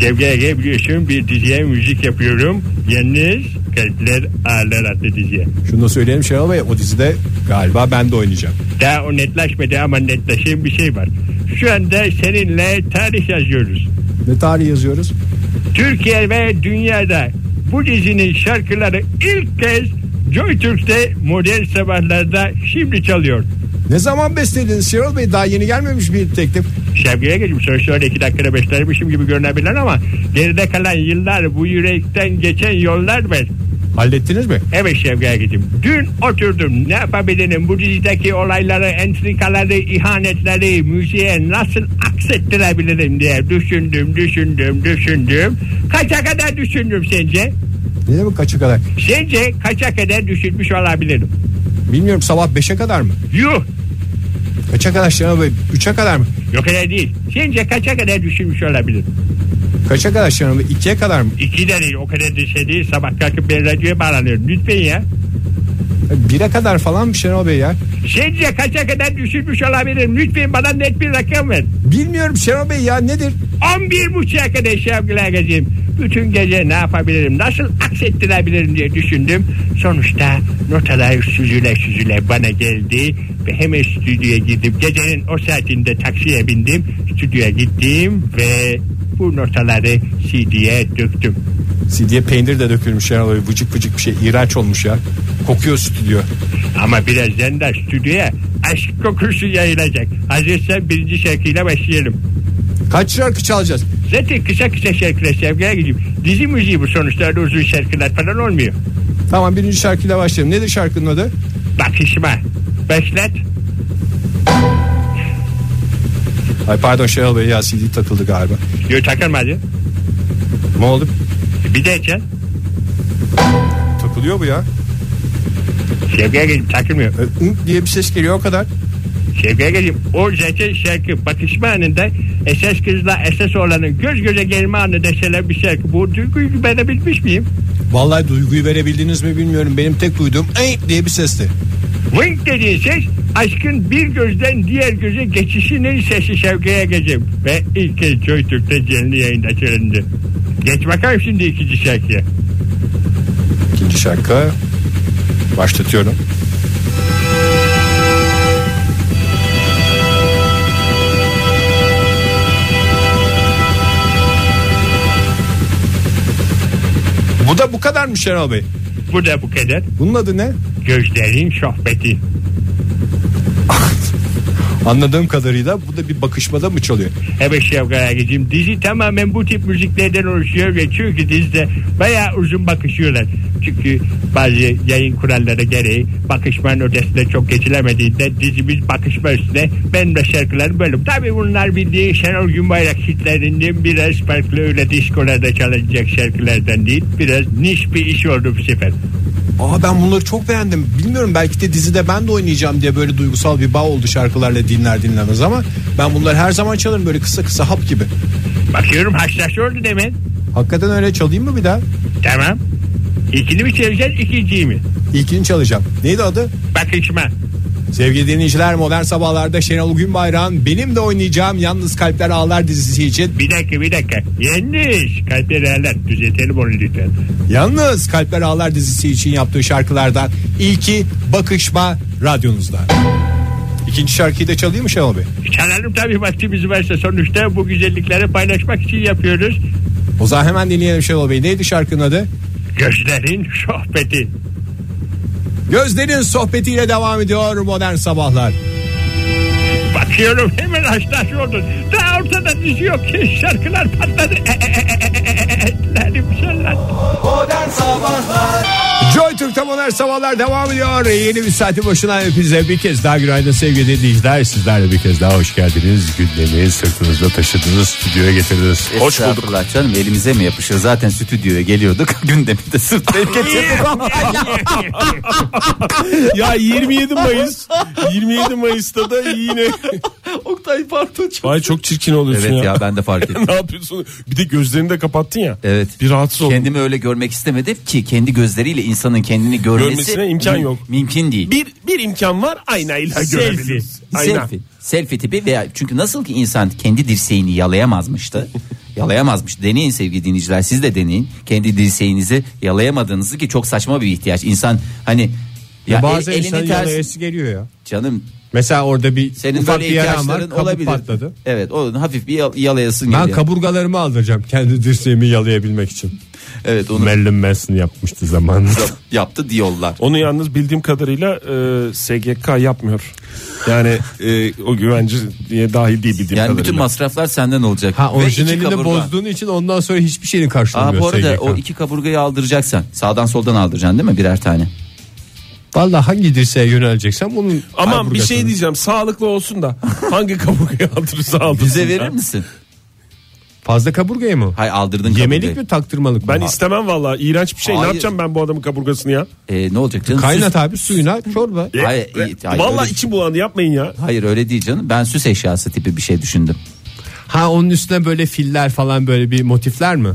E: Şevki Ege biliyorsun bir diziye müzik yapıyorum. Yalnız Kalpler Ağlar adlı diziye.
C: Şunu da söyleyelim Şenol Bey o dizide galiba ben de oynayacağım.
E: Daha o netleşmedi ama netleşen bir şey var. Şu anda seninle tarih yazıyoruz.
C: Ne tarih yazıyoruz?
E: Türkiye ve dünyada bu dizinin şarkıları ilk kez Joy Türk'te modern sabahlarda şimdi çalıyor.
C: Ne zaman beslediniz Şenol Bey daha yeni gelmemiş bir teklif.
E: Sevgiye geçim sonuçta öyle iki dakikada beslenmişim gibi görünebilir ama geride kalan yıllar bu yürekten geçen yollar var.
C: Hallettiniz mi?
E: Evet Şevge gittim. Dün oturdum ne yapabilirim bu dizideki olayları, entrikaları, ihanetleri müziğe nasıl aksettirebilirim diye düşündüm, düşündüm, düşündüm. Kaça kadar düşündüm sence?
C: Ne demek kaça kadar?
E: Sence kaça kadar düşünmüş olabilirim?
C: Bilmiyorum sabah 5'e kadar mı?
E: Yuh!
C: Kaça kadar Şenol Bey? 3'e kadar mı?
E: Yok öyle değil. Sence kaça kadar düşünmüş olabilirim?
C: Kaça kadar Şenol Bey? 2'ye kadar mı?
E: İki de değil, o kadar da şey değil. Sabah kalkıp ben radyoya bağlanıyorum. Lütfen ya.
C: 1'e E, kadar falan mı Şenol Bey ya?
E: Sence kaça kadar düşünmüş olabilirim? Lütfen bana net bir rakam ver.
C: Bilmiyorum Şenol Bey ya nedir?
E: 11 buçuğa kadar sevgili Agacığım. Bütün gece ne yapabilirim, nasıl aksettirebilirim diye düşündüm. Sonuçta notalar süzüle süzüle bana geldi ve hemen stüdyoya girdim. Gecenin o saatinde taksiye bindim, stüdyoya gittim ve bu notaları CD'ye döktüm.
C: CD'ye peynir de dökülmüş Şenol Bey. Vıcık vıcık bir şey. iğrenç olmuş ya. Kokuyor stüdyo.
E: Ama birazdan da stüdyoya aşk kokusu yayılacak. Hazırsan birinci şarkıyla başlayalım.
C: Kaç şarkı çalacağız?
E: Zaten kısa kısa şarkılar sevgili gideyim. Dizi müziği bu sonuçta öyle uzun şarkılar falan olmuyor.
C: Tamam birinci şarkıyla başlayalım. Nedir şarkının adı?
E: Bakışma. Başlat.
C: Ay pardon Şenol Bey ya CD takıldı galiba.
E: Yo takılmadı.
C: Ne oldu?
E: Bir de çal.
C: Takılıyor bu ya.
E: Şevki Agacım takılmıyor.
C: Hı E, diye bir ses geliyor o kadar.
E: Şevki Agacım o zaten şarkı bakışma anında esas kızla esas oğlanın göz göze gelme anı deseler bir şarkı. Bu duyguyu ben bilmiş miyim?
C: Vallahi duyguyu verebildiniz mi bilmiyorum. Benim tek duyduğum ey diye bir sesti.
E: Wink dediğin ses aşkın bir gözden diğer göze geçişinin sesi Şevki Agacım. Ve ilk kez Joy Türk'te canlı yayında söylendi. Geç bakalım şimdi ikinci şarkıya.
C: İkinci şarkı. Başlatıyorum. Bu da bu kadarmış Şenol Bey.
E: Bu da bu kadar.
C: Bunun adı ne?
E: Gözlerin sohbeti.
C: Anladığım kadarıyla bu da bir bakışmada mı çalıyor?
E: Evet Şevkat Ergeciğim dizi tamamen bu tip müziklerden oluşuyor ve çünkü dizide bayağı uzun bakışıyorlar. Çünkü bazı yayın kuralları gereği bakışmanın ötesine çok geçilemediğinde dizimiz bakışma üstüne ben de şarkılarım bölüm. Tabi bunlar bildiğin Şenol Günbayrak hitlerinden biraz farklı öyle diskolarda çalınacak şarkılardan değil. Biraz niş bir iş oldu bu sefer.
C: Aa ben bunları çok beğendim. Bilmiyorum belki de dizide ben de oynayacağım diye böyle duygusal bir bağ oldu şarkılarla dinler dinlemez ama ben bunları her zaman çalarım böyle kısa kısa hap gibi.
E: Bakıyorum haşhaş oldu demin.
C: Hakikaten öyle çalayım mı bir daha?
E: Tamam. İkini mi çevireceğiz ikinciyi mi?
C: İlkini çalacağım. Neydi adı?
E: Bakışma.
C: Sevgili dinleyiciler Modern Sabahlar'da Şenol Günbayrak'ın benim de oynayacağım Yalnız Kalpler Ağlar dizisi için
E: Bir dakika bir dakika. Yanlış. Kalpleri alet. Düzeltelim onu lütfen.
C: Yalnız Kalpler Ağlar dizisi için yaptığı şarkılardan ilki Bakışma radyonuzda. İkinci şarkıyı da çalayım mı Şenol Bey?
E: Çalalım tabii vaktimiz varsa sonuçta bu güzellikleri paylaşmak için yapıyoruz.
C: O zaman hemen dinleyelim Şenol Bey. Neydi şarkının adı?
E: Gözlerin sohbeti.
C: Gözlerin sohbetiyle devam ediyor Modern Sabahlar.
E: Bakıyorum hemen haşlaş oldun. Daha ortada dizi yok ki şarkılar patladı. E, Etlerim şarkılar.
C: Joy Türk'te Modern Sabahlar devam ediyor. Yeni bir saati başına hepinize bir kez daha günaydın sevgili dinleyiciler. Sizlerle bir kez daha hoş geldiniz. Gündemi sırtınızda taşıdınız, stüdyoya getirdiniz.
D: Hoş bulduk.
B: Estağfurullah canım elimize mi yapışır zaten stüdyoya geliyorduk (laughs) gündemi de
D: (laughs)
B: sırtlayıp getirdik.
D: ya 27 Mayıs 27 Mayıs'ta da yine
B: (laughs) Oktay pardon çok.
D: Vay çok çirkin oluyorsun
B: Evet
D: ya.
B: ya ben de fark ettim.
D: (laughs) ne yapıyorsun? Bir de gözlerini de kapattın ya.
B: Evet.
D: Bir rahatsız oldum.
B: Kendimi öyle görmek istemedim ki kendi gözleriyle insanın kendini görmesi
D: Görmesine imkan
B: mü-
D: yok.
B: Mümkün değil.
D: Bir bir imkan var aynayla
B: selfie.
D: görebiliriz. Ayna.
B: Selfie. Selfie tipi veya çünkü nasıl ki insan kendi
C: (laughs)
B: dirseğini yalayamazmıştı. yalayamazmış. Deneyin sevgili dinleyiciler siz de deneyin. Kendi dirseğinizi yalayamadığınızı ki çok saçma bir ihtiyaç. İnsan hani ya, el-
C: Bazen
B: elini
C: insanın
B: ters-
C: yalayası geliyor ya.
B: canım
C: Mesela orada bir
B: senin
C: ufak bir
B: böyle
C: yaram var.
B: ihtiyaçların
C: Kabuk
B: olabilir.
C: patladı.
B: Evet, onun hafif bir yal- yalayasın
C: Ben
B: geliyor.
C: kaburgalarımı aldıracağım kendi dirseğimi yalayabilmek için.
B: evet, onu
C: Marilyn Manson yapmıştı zamanında.
B: yaptı diyorlar.
D: Onu yalnız bildiğim kadarıyla e, SGK yapmıyor. Yani e, o güvence diye dahil değil bildiğim
B: Yani bütün
D: kadarıyla.
B: masraflar senden olacak.
C: Ha
B: Ve iki
C: orijinalini
B: kaburga.
C: bozduğun için ondan sonra hiçbir şeyini
B: Aa,
C: karşılamıyor
B: bu arada
C: SGK.
B: o iki kaburgayı aldıracaksan sağdan soldan aldıracaksın değil mi birer tane?
C: Valla hangi dirseğe yöneleceksen bunun
D: Aman bir
C: kaburgasını-
D: şey diyeceğim sağlıklı olsun da hangi kaburgayı aldırırsa aldırsın.
B: Bize
D: Ya.
B: verir misin?
C: Fazla kaburgayı mı?
B: Hay aldırdın
C: Yemelik
B: kaburgayı.
C: mi taktırmalık mı?
D: Ben istemem vallahi iğrenç bir şey. Ne
B: Hayır.
D: yapacağım ben bu adamın kaburgasını ya?
B: Ee, ne olacak canım?
C: Kaynat
B: Süs-
C: abi suyuna çorba.
B: Hayır, hayır, hayır,
D: vallahi
B: öyle- şey-
D: içim bulandı yapmayın ya.
B: Hayır öyle değil canım. Ben süs eşyası tipi bir şey düşündüm.
C: Ha onun üstüne böyle filler falan böyle bir motifler mi?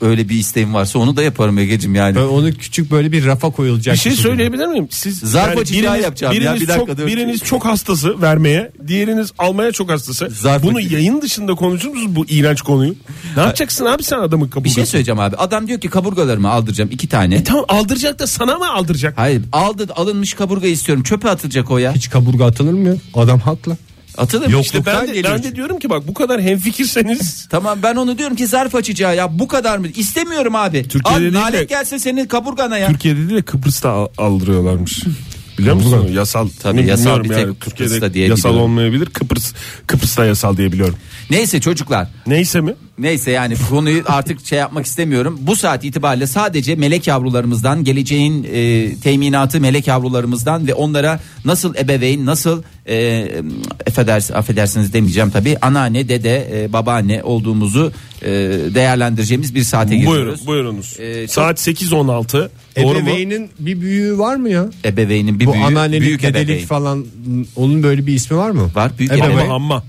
B: Öyle bir isteğim varsa onu da yaparım Ege'cim yani.
C: Böyle onu küçük böyle bir rafa koyulacak.
D: Bir şey
C: şekilde.
D: söyleyebilir miyim? Siz
B: Zarf açıcı yapacağım ya,
D: biriniz
B: bir dakika
D: çok,
B: dur.
D: biriniz çok hastası vermeye, diğeriniz almaya çok hastası.
B: Zarf
D: Bunu
B: açıcı.
D: yayın dışında konuşur musunuz bu iğrenç konuyu? Ne yapacaksın abi sen adamın
B: Bir
D: kaburgasını?
B: şey söyleyeceğim abi. Adam diyor ki kaburgalarımı aldıracağım iki tane.
C: E,
D: Tamam aldıracak da sana mı aldıracak?
B: Hayır aldı alınmış kaburga istiyorum. Çöpe atılacak o ya.
C: Hiç kaburga atılır mı? ya? Adam haklı.
B: Atılır mı?
C: Yok,
B: İşte
D: İşte
C: Yokluktan
D: ben de,
C: geliyor
D: ben de diyorum ki bak bu kadar hemfikirseniz
B: Tamam ben onu diyorum ki zarf açacağı ya bu kadar mı? İstemiyorum abi.
D: Türkiye'de
B: abi
D: değil
B: lanet
D: de-
B: gelsin senin kaburgana ya.
D: (laughs) Türkiye'de de Kıbrıs'ta al- aldırıyorlarmış. Biliyor musun? Yasal
B: Tabii, yasal
D: bilmiyorum
B: bir tek
D: Türkiye'de
B: Kıbrıs'ta diye
D: yasal
B: biliyorum.
D: olmayabilir. Kıbrıs Kıbrıs'ta yasal diye biliyorum.
B: Neyse çocuklar
D: Neyse mi?
B: Neyse yani konuyu artık şey yapmak istemiyorum. Bu saat itibariyle sadece melek yavrularımızdan, geleceğin e, teminatı melek yavrularımızdan ve onlara nasıl ebeveyn, nasıl e, affeders- affedersiniz demeyeceğim tabii anneanne, dede, e, babaanne olduğumuzu e, değerlendireceğimiz bir saate
D: Buyurun,
B: giriyoruz.
D: buyurunuz.
B: Ee, çok-
D: Saat 8.16. Doğru mu?
C: Ebeveynin bir büyüğü var mı ya?
B: Ebeveynin bir
C: Bu
B: büyüğü,
C: anneannelik,
B: büyük
C: dedelik
B: ebeveyn.
C: falan onun böyle bir ismi var mı?
B: Var, büyük
C: Ebeveyn.
B: ebeveyn.
D: Ama amma.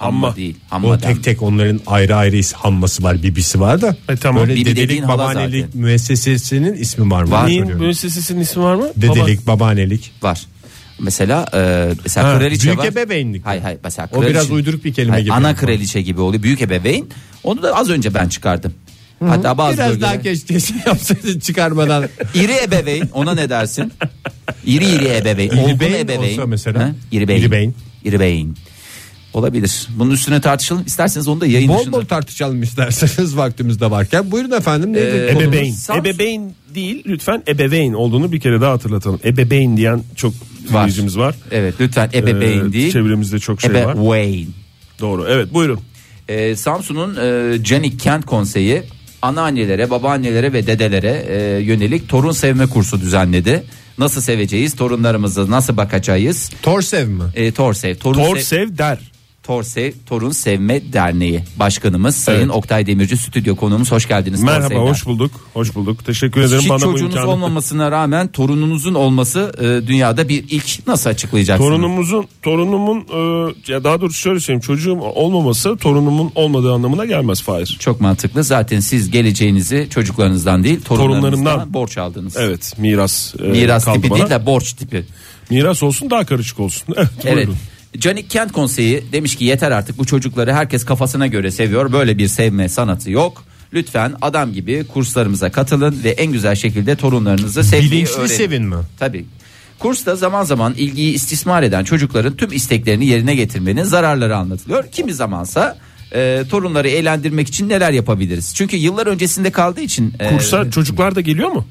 D: Amma.
B: Amma değil.
C: O
B: Amma
C: tek tek onların ayrı ayrı is- hamması var, bibisi var da.
D: E tamam.
C: Böyle
B: Bibi dediğin
C: dedelik,
B: hala
C: babaannelik
B: zaten.
C: müessesesinin ismi var mı?
B: Var.
C: Neyin
D: Neyin
C: böyle-
D: müessesesinin ismi var mı?
C: Dedelik, babaannelik.
B: var. Mesela e, mesela
C: Ha,
B: kraliçe
C: büyük
B: var.
C: ebeveynlik.
B: Hayır hayır mesela
C: O biraz uyduruk bir kelime gibi.
B: Ana kraliçe gibi oluyor. Büyük ebeveyn. Onu da az önce ben çıkardım. Hatta bazı
C: Biraz
B: bölgeler-
C: daha keşke şey yapsaydın
B: (laughs)
C: çıkarmadan.
B: İri ebeveyn ona ne dersin? İri iri ebeveyn.
C: İri
B: olgun
C: beyin
B: ebeveyn.
C: olsa mesela.
B: Ha? İri beyin.
C: İri beyin.
B: İri beyin. Olabilir. Bunun üstüne tartışalım. İsterseniz onu da yayın
C: bol
B: dışında.
C: bol tartışalım isterseniz (laughs) vaktimiz de varken. Buyurun efendim. neydi
B: Ee,
C: konumuz?
D: Ebeveyn.
B: Sans-
D: Ebeveyn değil lütfen ebeveyn olduğunu bir kere daha hatırlatalım. Ebeveyn diyen çok
B: Var.
D: dinleyicimiz var.
B: Evet lütfen ebeveyn
D: Ee,
B: değil.
D: Çevremizde çok şey var.
B: ebeveyn.
D: Doğru evet buyurun.
B: Ee, Samsun'un e, Canik Kent Konseyi anneannelere, babaannelere ve dedelere e, yönelik torun sevme kursu düzenledi. Nasıl seveceğiz? Torunlarımızı nasıl bakacağız?
C: Torsev mi?
B: E, Torsev, torun
D: Tor
B: se-
D: sev der.
B: Torsev Torun Sevme Derneği Başkanımız Sayın
D: Evet.
B: Oktay Demirci stüdyo konuğumuz hoş geldiniz.
D: Merhaba
B: Torsev'den.
D: hoş bulduk. Hoş bulduk. Teşekkür ederim
B: Hiç
D: bana bu
B: çocuğunuz
D: imkanı.
B: olmamasına rağmen torununuzun olması e, dünyada bir ilk nasıl açıklayacaksınız?
D: Torunumuzun torunumun e, ya daha doğrusu şöyle söyleyeyim çocuğum olmaması torunumun olmadığı anlamına gelmez Fahir.
B: çok mantıklı. Zaten siz geleceğinizi çocuklarınızdan değil torunlarınızdan
D: Torunlarımdan.
B: borç aldınız.
D: Evet miras e,
B: Miras
D: kaldı
B: tipi
D: bana.
B: değil de borç tipi.
D: Miras olsun daha karışık olsun. Evet,
B: Evet.
D: buyurun.
B: Canik Kent Konseyi demiş ki yeter artık bu çocukları herkes kafasına göre seviyor. Böyle bir sevme sanatı yok. Lütfen adam gibi kurslarımıza katılın ve en güzel şekilde torunlarınızı sevmeyi
C: Bilinçli
B: öğrenin.
C: sevin mi?
B: Tabii. Kursta zaman zaman ilgiyi istismar eden çocukların tüm isteklerini yerine getirmenin zararları anlatılıyor. Kimi zamansa e, torunları eğlendirmek için neler yapabiliriz? Çünkü yıllar öncesinde kaldığı için e,
D: Kursa çocuklar da geliyor mu?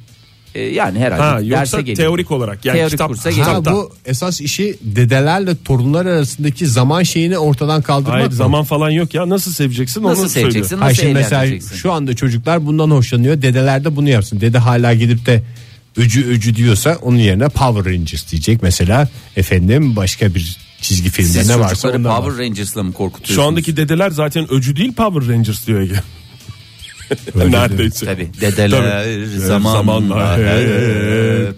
B: e, yani herhalde
D: Ha, yoksa
B: derse geliyor.
D: teorik olarak, yani
B: teorik
D: kitap-
B: kursa
D: Ha,
B: geliyor.
C: Ha, bu esas işi dedelerle torunlar arasındaki zaman şeyini ortadan kaldırmak.
D: Hayır
C: mı?
D: zaman falan yok ya nasıl seveceksin
B: Nasıl
D: onu
B: seveceksin?
D: söylüyor.
C: Ha,
B: Nasıl
C: şimdi mesela
B: eğlendireceksin?
C: şu anda çocuklar bundan hoşlanıyor. Dedeler de bunu yapsın. Dede hala gidip de öcü öcü diyorsa onun yerine Power Rangers diyecek mesela. Efendim başka bir çizgi
B: Siz
C: filmde ne varsa
B: çocukları
C: ondan var.
B: Power Rangers'la mı korkutuyorsunuz?
D: Şu andaki dedeler zaten öcü değil Power Rangers diyor
B: (laughs)
D: Ege.
C: Öyle
D: Neredeyse.
B: Tabii dedeler
D: Tabii.
B: zamanla
D: hep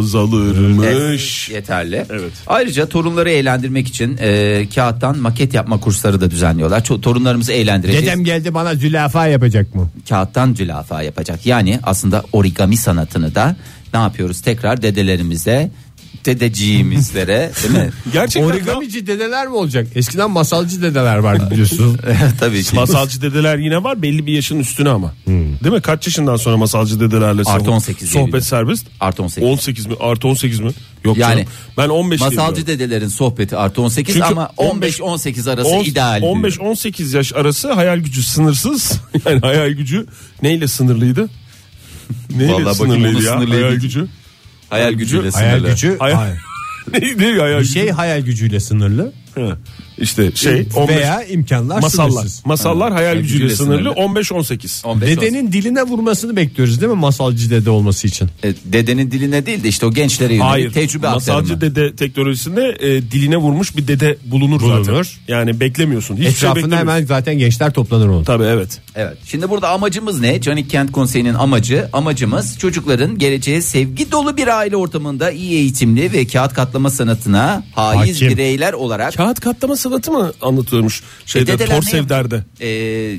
D: azalırmış.
B: Evet, yeterli.
D: Evet.
B: Ayrıca torunları eğlendirmek için e, kağıttan maket yapma kursları da düzenliyorlar. Ço- torunlarımızı eğlendireceğiz.
C: Dedem geldi bana zülafa yapacak mı?
B: Kağıttan zülafa yapacak. Yani aslında origami sanatını da ne yapıyoruz? Tekrar dedelerimize,
D: (laughs)
B: dedeciğimizlere değil mi? (laughs)
D: Gerçekten
C: Origamici dedeler mi olacak? Eskiden masalcı dedeler vardı
D: (laughs)
C: biliyorsunuz.
B: Tabii
D: (laughs)
B: ki.
D: Masalcı dedeler yine var belli bir yaşın üstüne ama. Değil mi? Kaç yaşından sonra masalcı dedelerle
B: Hmm. Artı
D: soh-
B: 18 diye
D: sohbet
B: biliyorum.
D: serbest?
B: Artı 18.
D: 18 mi? Artı 18 mi? Yok
B: Yani
D: canım. Ben 15 diye biliyorum.
B: Masalcı dedelerin sohbeti artı 18
D: Çünkü
B: ama 15-18 arası
D: On-
B: ideal. diyor.
D: 15-18 yaş arası hayal gücü sınırsız. (laughs) Yani hayal gücü neyle sınırlıydı? Neyle
B: Vallahi bakayım
D: sınırlıydı
B: onu
D: ya hayal
B: sınırlayabil-
D: gücü?
B: hayal gücüyle
C: hayal
B: sınırlı.
C: gücü.
D: Hayal- (laughs)
C: hayal-
D: Neydi hayal
C: Bir
D: gücü?
C: şey hayal gücüyle sınırlı
D: Ha, İşte şey 15
C: veya imkanlar
D: masallar.
C: sınırsız.
D: Masallar hayal
B: Hayal
D: gücüyle
B: gücüyle
D: sınırlı
B: sınırlı.
D: 15-18.
B: 15-18.
C: Dedenin diline vurmasını bekliyoruz değil mi masalcı dede olması için?
B: E, dedenin diline değil de işte o gençlere yönelik
D: Hayır.
B: tecrübe aktarımı.
D: Masalcı dede teknolojisinde e, diline vurmuş bir dede bulunur,
C: Bulunur.
D: zaten. Yani beklemiyorsun. Hiçbir şey
C: Etrafında
D: beklemiyorsun.
C: hemen zaten gençler toplanır onu.
D: Tabii evet.
B: Evet. Şimdi burada amacımız ne? Canik Kent Konseyi'nin amacı, amacımız çocukların geleceğe sevgi dolu bir aile ortamında iyi eğitimli ve kağıt katlama sanatına haiz
C: Hakim.
B: bireyler olarak
D: Kağıt katlama sanatı mı anlatıyormuş şeyde
B: dedeler ne yap-
D: Torsev derde.
B: E,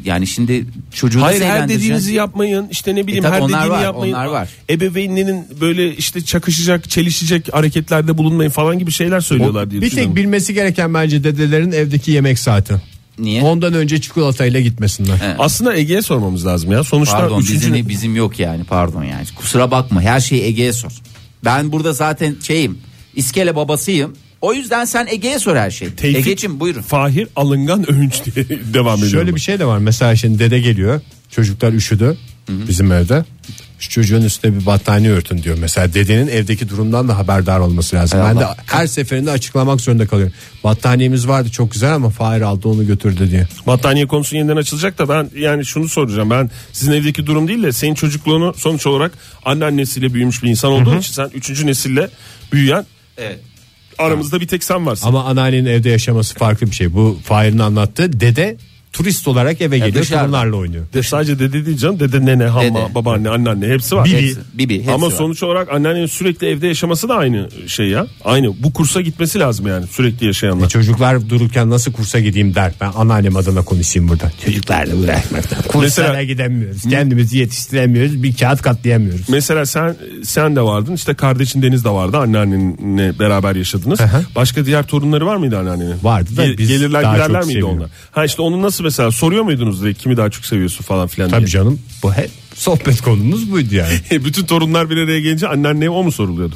B: yani şimdi çocuğu
D: Hayır
B: nasıl
D: her
B: eğlendireceksin?
D: dediğinizi yapmayın işte ne bileyim
B: E tabii
D: her
B: onlar
D: dediğini
B: var,
D: yapmayın.
B: onlar var.
D: Ebeveynlerin böyle işte çakışacak çelişecek hareketlerde bulunmayın falan gibi şeyler söylüyorlar diye
C: bir
D: düşünüyorum.
C: tek bilmesi gereken bence dedelerin evdeki yemek saati.
B: Niye?
C: Ondan önce çikolatayla gitmesinler.
D: Aslında Ege'ye sormamız lazım ya. Sonuçta
B: Pardon
D: üçüncü...
B: bizim, bizim yok yani pardon yani. Kusura bakma her şeyi Ege'ye sor. Ben burada zaten şeyim iskele babasıyım. O yüzden sen Ege'ye sor her şeyi.
D: Tevfik
B: Ege'cim buyurun.
D: Fahir alıngan övünç diye (laughs) devam ediyor.
C: Şöyle bir şey de var. Mesela şimdi dede geliyor. Çocuklar üşüdü bizim evde. şu çocuğun üstüne bir battaniye örtün diyor mesela dedenin evdeki durumdan da haberdar olması lazım. ben de her seferinde açıklamak zorunda kalıyorum. Battaniyemiz vardı çok güzel ama Fahir aldı onu götürdü diye.
B: şey-
D: Battaniye konusu yeniden açılacak da ben yani şunu soracağım. Ben sizin evdeki durum değil de senin çocukluğunu sonuç olarak anneannesiyle büyümüş bir insan olduğun için sen üçüncü nesille büyüyen
B: Evet.
D: aramızda bir tek sen varsın.
C: Ama anneannenin evde yaşaması farklı bir şey. Bu Fahir'in anlattığı dede turist olarak eve geliyor
B: dışarıda.
C: torunlarla oynuyor.
D: De sadece dede değil canım. Dede, nene, hamma,
B: Dede.
D: babaanne, anneanne hepsi var.
B: Bibi. Hepsi, bibi, hepsi
D: Ama
B: var.
D: sonuç olarak anneannenin sürekli evde yaşaması da aynı şey ya. Aynı. Bu kursa gitmesi lazım yani sürekli yaşayanlar.
C: Çocuklar dururken nasıl kursa gideyim der. Ben anneannem adına konuşayım buradan. Çocuklarla uğraşmaktan. Kurslara
D: Mesela-
C: gidemiyoruz. Kendimizi yetiştiremiyoruz. Bir kağıt katlayamıyoruz.
D: Mesela sen sen de vardın. işte kardeşin Deniz de vardı. Anneannenle beraber yaşadınız.
C: Aha.
D: Başka diğer torunları var mıydı anneannenin?
C: Vardı da
D: Ge-
C: biz
D: gelirler
C: daha
D: giderler
C: çok
D: miydi
C: seviyorum.
D: onlar? Ha işte onu nasıl mesela soruyor muydunuz direkt kimi daha çok seviyorsun falan filan
C: Tabii
D: diye.
C: canım. Bu hep sohbet konumuz buydu yani.
D: (laughs) Bütün torunlar bir araya gelince anneanneye o mu soruluyordu?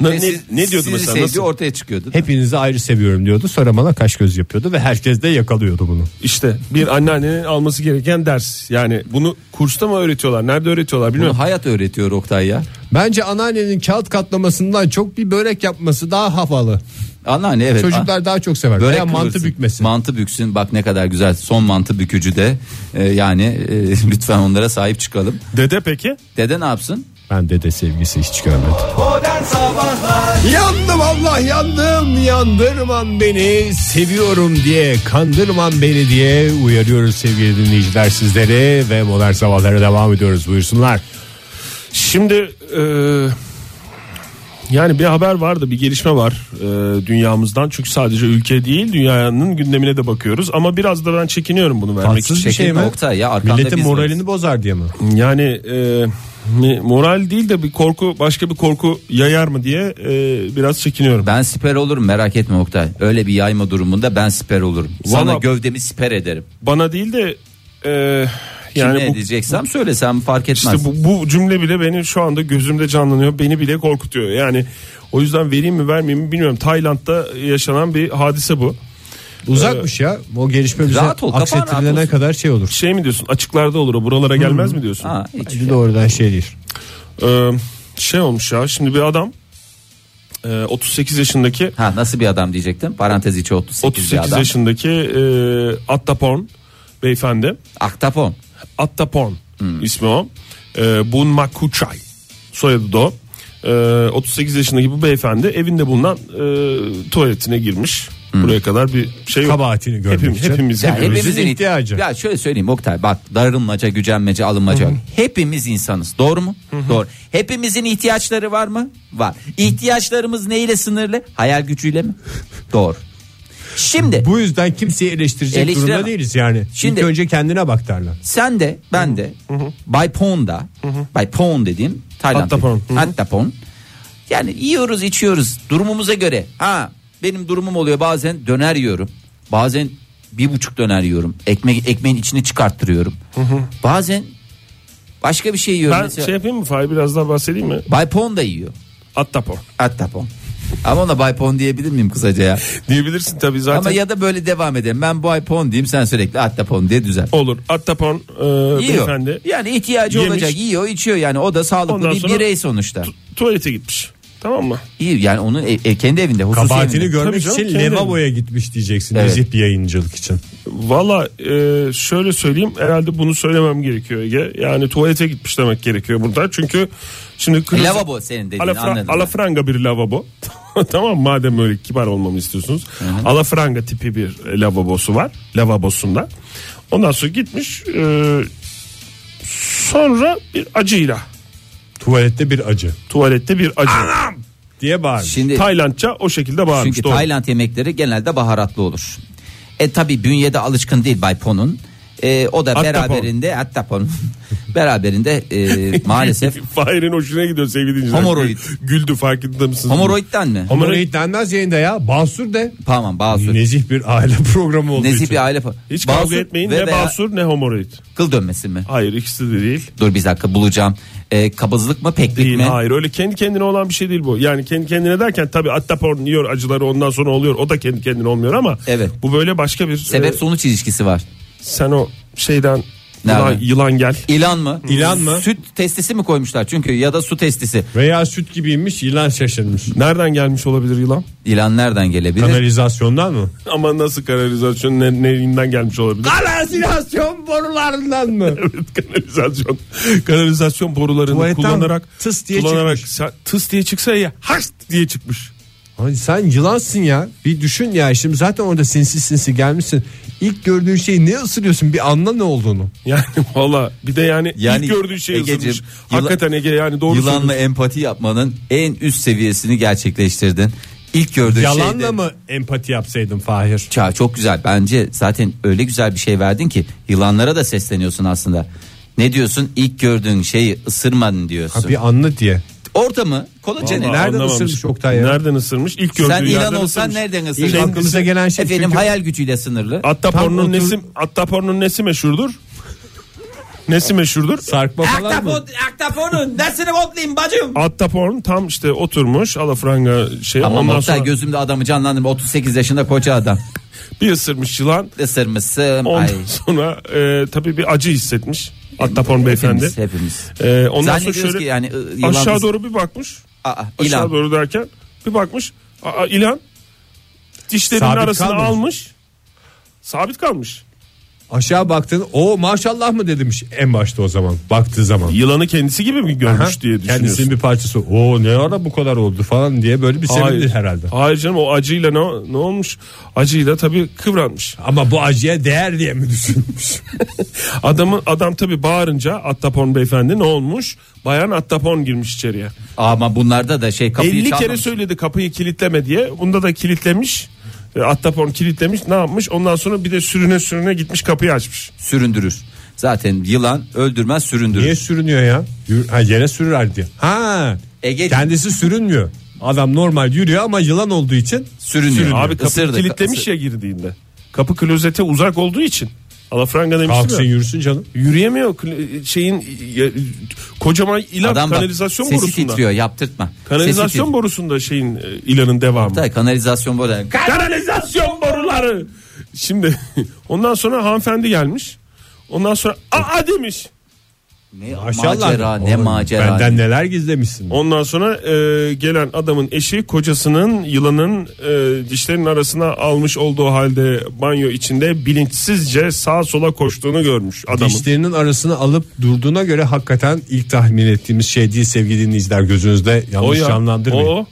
D: Ne,
B: Ve
D: ne-
B: E, siz-
D: ne diyordu
B: sizi
D: mesela?
B: sevdiği
D: Nasıl?
B: ortaya çıkıyordu.
C: (laughs) Hepinizi ayrı seviyorum diyordu. Sonra bana kaş göz yapıyordu ve herkes de yakalıyordu bunu.
D: İşte bir anneannenin alması gereken ders. Yani bunu kursta mı öğretiyorlar? Nerede öğretiyorlar
B: Bunu
D: bilmiyorum.
B: hayat öğretiyor Oktay ya.
C: Bence anneannenin kağıt katlamasından çok bir börek yapması daha havalı.
B: Anneanne evet.
C: Çocuklar daha çok sever.
B: Börek
C: Veya mantı
B: kıvırsın.
C: bükmesi.
B: Mantı büksün bak ne kadar güzel. Son mantı bükücü de e, yani e, (laughs) lütfen onlara sahip çıkalım.
D: Dede peki?
B: Dede ne yapsın?
C: ben dede sevgisi hiç görmedim.
A: Yandım Allah yandım yandırman beni seviyorum diye kandırman beni diye uyarıyoruz sevgili dinleyiciler sizleri ve modern sabahlara devam ediyoruz buyursunlar.
D: Şimdi e, yani bir haber vardı bir gelişme var e, dünyamızdan. Çünkü sadece ülke değil dünyanın gündemine de bakıyoruz. Ama biraz da ben çekiniyorum bunu vermek için.
C: Tatsız bir şey
B: Çekin
C: mi?
B: Oktay ya arkanda
C: Milletin
B: biz
C: moralini
B: varız.
C: bozar diye mi?
D: Yani e, mi- moral değil de bir korku başka bir korku yayar mı diye e, biraz çekiniyorum.
B: Ben siper olurum merak etme Oktay. Öyle bir yayma durumunda ben siper olurum. Sana
D: Valla-
B: gövdemi siper ederim.
D: Bana değil de e,
B: Yani
D: yani
B: Kime
D: bu
B: diyeceksem söylesem fark etmez.
D: İşte bu, bu cümle bile benim şu anda gözümde canlanıyor. Beni bile korkutuyor. Yani o yüzden vereyim mi vermeyeyim mi bilmiyorum. Tayland'da yaşanan bir hadise bu.
C: Uzakmış ya. O gelişme bize
B: Rahat ol, kafan rahat
C: aksettirilene
B: olsun.
C: kadar şey olur.
D: Şey mi diyorsun? Açıklarda olur o. Buralara gelmez mi diyorsun?
B: Hmm. Ha, hiç.
C: Bence doğrudan şey değil.
D: Ee, şey olmuş ya. Şimdi bir adam e, 38 yaşındaki
B: ha nasıl bir adam diyecektim. Parantez içi 38,
D: 38
B: bir adam.
D: yaşındaki e, Attaporn beyefendi.
B: Aktapon.
D: Attaporn
B: Hmm.
D: ismi o. E, Bun Makuchay. Soyadı da o. E, 38 yaşındaki bu beyefendi evinde bulunan e, tuvaletine girmiş.
B: Hmm.
D: Buraya kadar bir şey yok.
C: Kabahatini görmek
D: Hepimiz,
C: için.
D: hepimiz,
B: Ya
D: hepimiz.
B: hepimizin
C: ihtiyacı.
B: Ya şöyle söyleyeyim Oktay bak darılmaca, gücenmece, alınmaca. yok. Hepimiz insanız. Doğru mu? Doğru. Hepimizin ihtiyaçları var mı? Var. İhtiyaçlarımız neyle sınırlı? Hayal gücüyle mi? Doğru. Şimdi
C: Bu yüzden kimseyi eleştirecek
B: Eleştiremem.
C: durumda değiliz yani.
B: Şimdi-
C: İlk önce kendine bak derler.
B: sen de ben de Bay Pon'da Bay Pon dediğim Tayland'da
D: Hatta Pon. Hı hı.
B: Hatta Pon. Yani yiyoruz içiyoruz durumumuza göre. Ha benim durumum oluyor bazen döner yiyorum. Bazen bir buçuk döner yiyorum. Ekmek, ekmeğin içini çıkarttırıyorum. Bazen başka bir şey yiyorum.
D: Ben
B: Mesela
D: şey yapayım mı Fahir biraz daha bahsedeyim mi?
B: Bay Pon da yiyor. (laughs)
D: Attapor.
B: Hatta Pon. Ama ona Bay Pon diyebilir miyim kısaca ya?
D: Diyebilirsin tabii zaten.
B: Ama ya da böyle devam edelim. Ben Bay Pon diyeyim sen sürekli Hatta Pon diye düzel.
D: Olur. Attapon e,
B: Yiyor.
D: beyefendi
B: Yani ihtiyacı
D: Yemiş.
B: olacak yiyor içiyor yani o da sağlıklı
D: Ondan
B: bir
D: sonra-
B: birey sonuçta.
D: tu- tuvalete gitmiş. Tamam mı?
B: İyi yani onun e- e- kendi evinde hususi
C: Kabahatini
B: evinde.
D: Tabii
C: görmek
D: canım,
C: için
D: kendine-
C: lavaboya gitmiş diyeceksin.
B: Evet.
C: Nezih bir yayıncılık için.
D: Valla e, şöyle söyleyeyim herhalde bunu söylemem gerekiyor Ege. Yani tuvalete gitmiş demek gerekiyor burada. Çünkü şimdi kırmızı-
B: Lavabo senin dediğin
D: Alafra-
B: anladım. ben.
D: alafranga bir lavabo. (laughs) tamam madem öyle kibar olmamı istiyorsunuz. Alafranga tipi bir e, lavabosu var. Lavabosunda. Ondan sonra gitmiş e, sonra bir acıyla
C: Tuvalette bir acı
D: tuvalette bir acı.
C: diye bağırmış.
B: Şimdi
D: Taylandça o şekilde bağırmış.
B: çünkü
D: doğru.
B: Tayland yemekleri genelde baharatlı olur. E tabi bünyede alışkın değil Bay Pon'un. E, o da
D: Hatta
B: beraberinde hatta Pon (laughs) beraberinde
D: (laughs)
B: e, maalesef
D: Fahir'in hoşuna gidiyor sevgili dinleyiciler.
B: Homoroid.
D: Güldü farkında mısınız?
B: homoroidden mi?
C: Homoroid denmez yayında ya. Basur de.
B: Tamam Basur.
C: Nezih bir
D: (laughs)
C: aile programı olduğu
B: Nezih
C: için.
B: bir aile. fa-
D: Hiç
B: Basur
D: kavga etmeyin
B: ve
D: ne
B: veya
D: basur ne homoroid.
B: Kıl dönmesi mi?
D: Hayır ikisi de değil.
B: Dur bir dakika bulacağım. E, kabızlık mı peklik
D: Değil
B: mi?
D: hayır öyle kendi kendine olan bir şey değil bu. Yani kendi kendine derken tabii attaporn yiyor acıları ondan sonra oluyor. O da kendi kendine olmuyor ama
B: Evet.
D: bu böyle başka bir
B: Sebep
D: e,
B: sonuç ilişkisi var.
D: sen o şeyden Yılan,
B: Nerede?
D: yılan gel.
B: İlan mı?
C: İlan mı?
B: Süt testisi mi koymuşlar çünkü ya da su testisi.
C: Veya süt gibiymiş yılan şaşırmış.
D: Nereden gelmiş olabilir yılan? (laughs)
B: İlan nereden gelebilir?
C: Kanalizasyondan mı?
D: Ama nasıl kanalizasyon ne, neyinden gelmiş
C: (laughs)
D: olabilir?
C: Kanalizasyon borularından mı?
D: Evet, kanalizasyon kanalizasyon borularını
C: Tuvaletten
D: kullanarak
C: tıs diye
D: kullanarak
C: çıkmış.
D: Sa- tıs diye çıksa ya hast diye çıkmış.
C: Ay sen yılansın ya. Bir düşün ya şimdi zaten orada sinsi sinsi gelmişsin. İlk gördüğün şeyi ne ısırıyorsun bir anla ne olduğunu.
D: (laughs) Yani valla bir de yani,
B: Yani
D: ilk gördüğün şey
B: Egeciğim,
D: yazılmış.
B: yılan-
D: Hakikaten Ege yani doğru
B: Yılanla
D: söylüyorsun.
B: empati yapmanın en üst seviyesini gerçekleştirdin. İlk gördüğün
C: Yalanla
B: şeyde-
C: mı empati yapsaydım Fahir?
B: Ya çok güzel. Bence zaten öyle güzel bir şey verdin ki yılanlara da sesleniyorsun aslında. Ne diyorsun? İlk gördüğün şeyi ısırman diyorsun.
C: Ha, bir anla diye.
B: Ortamı kolajeni.
D: Vallahi
C: nereden
D: anlamamış.
C: ısırmış Oktay ya?
D: Nereden ısırmış? İlk gördüğü
B: Sen
D: yerden
B: ilan olsan
D: ısırmış.
B: nereden
C: İlk
B: ısıracaksın?
C: aklınıza gelen şey
B: Efendim
C: çünkü-
B: hayal gücüyle sınırlı.
D: Atta
C: Tam
D: pornunun
C: otur-
D: nesi, atta pornunun nesi meşhurdur? nesi meşhurdur?
C: Sarkma falan mı?
B: aktafonun dersini botlayayım bacım.
D: Atta porn tam işte oturmuş alafranga şey
B: Ama
D: ondan
B: Oktay
D: sonra
B: gözümde adamı canlandırma 38 yaşında koca adam.
D: bir ısırmış yılan.
B: Isırmışsın.
D: Ondan
B: Ay.
D: sonra e, tabii bir acı hissetmiş. Atta porn beyefendi.
B: Hepimiz, hepimiz.
D: E, ondan sonra
B: Zannediyoruz
D: şöyle
B: ki yani ı, yılan
D: aşağı
B: ıs-
D: doğru bir bakmış.
B: Aa,
D: Aşağı
B: ilan.
D: doğru derken bir bakmış. Aa, ilan dişlerinin
C: Sabit
D: arasına
C: kalmamış.
D: almış. Sabit kalmış.
C: Aşağı baktın o maşallah mı dedirmiş en başta o zaman baktığı zaman.
D: Yılanı kendisi gibi mi görmüş
C: Aha,
D: diye düşünüyorsun.
C: Kendisinin bir parçası. O ne ara bu kadar oldu falan diye böyle bir sevindi herhalde.
D: Hayır canım o acıyla ne, ne olmuş? Acıyla tabii
C: (laughs)
D: kıvranmış.
C: Ama bu acıya değer diye mi düşünmüş?
D: Adamı adam tabii bağırınca Attapon beyefendi ne olmuş? Bayan Attapon girmiş içeriye.
B: Ama bunlarda da şey kapıyı
D: 50 kere
B: çalmamış.
D: söyledi kapıyı kilitleme diye. Bunda da kilitlemiş. E, Attapon kilitlemiş ne yapmış? Ondan sonra bir de sürüne sürüne gitmiş kapıyı açmış.
B: süründürür. Zaten yılan öldürmez süründürür.
C: Niye sürünüyor ya? Yürü- Ha, yere sürür diye. Ha.
B: Ege-
C: Kendisi sürünmüyor. Adam normal yürüyor ama yılan olduğu için
B: Sürünüyor.
D: Abi kapı
B: Isırdı.
D: kilitlemiş
B: Isır-
D: ya girdiğinde. Kapı klozete uzak olduğu için. Alafranga demiştim
C: kalksın
D: ya.
C: yürüsün canım.
D: Yürüyemiyor kl- şeyin ya, kocaman ilan
B: Adam bak,
D: kanalizasyon
B: sesi
D: borusunda.
B: titriyor yaptırtma. Sesi
D: Kanalizasyon
B: titriyor.
D: borusunda şeyin e, ilanın devamı.
B: Hatta kanalizasyon boru.
D: Kanalizasyon boruları. Şimdi (laughs) ondan sonra hanımefendi gelmiş. Ondan sonra aa demiş.
B: Ne
C: Maşallah.
B: macera ne
C: Oğlum,
B: macera.
C: Benden neler gizlemişsin.
D: Ondan sonra e, gelen adamın eşi kocasının yılanın e, dişlerinin arasına almış olduğu halde banyo içinde bilinçsizce sağa sola koştuğunu görmüş adamın.
C: Dişlerinin arasını alıp durduğuna göre hakikaten ilk tahmin ettiğimiz şey değil sevgili dinleyiciler gözünüzde
D: o
C: yanlış
D: ya.
C: canlandırmayın.
D: O.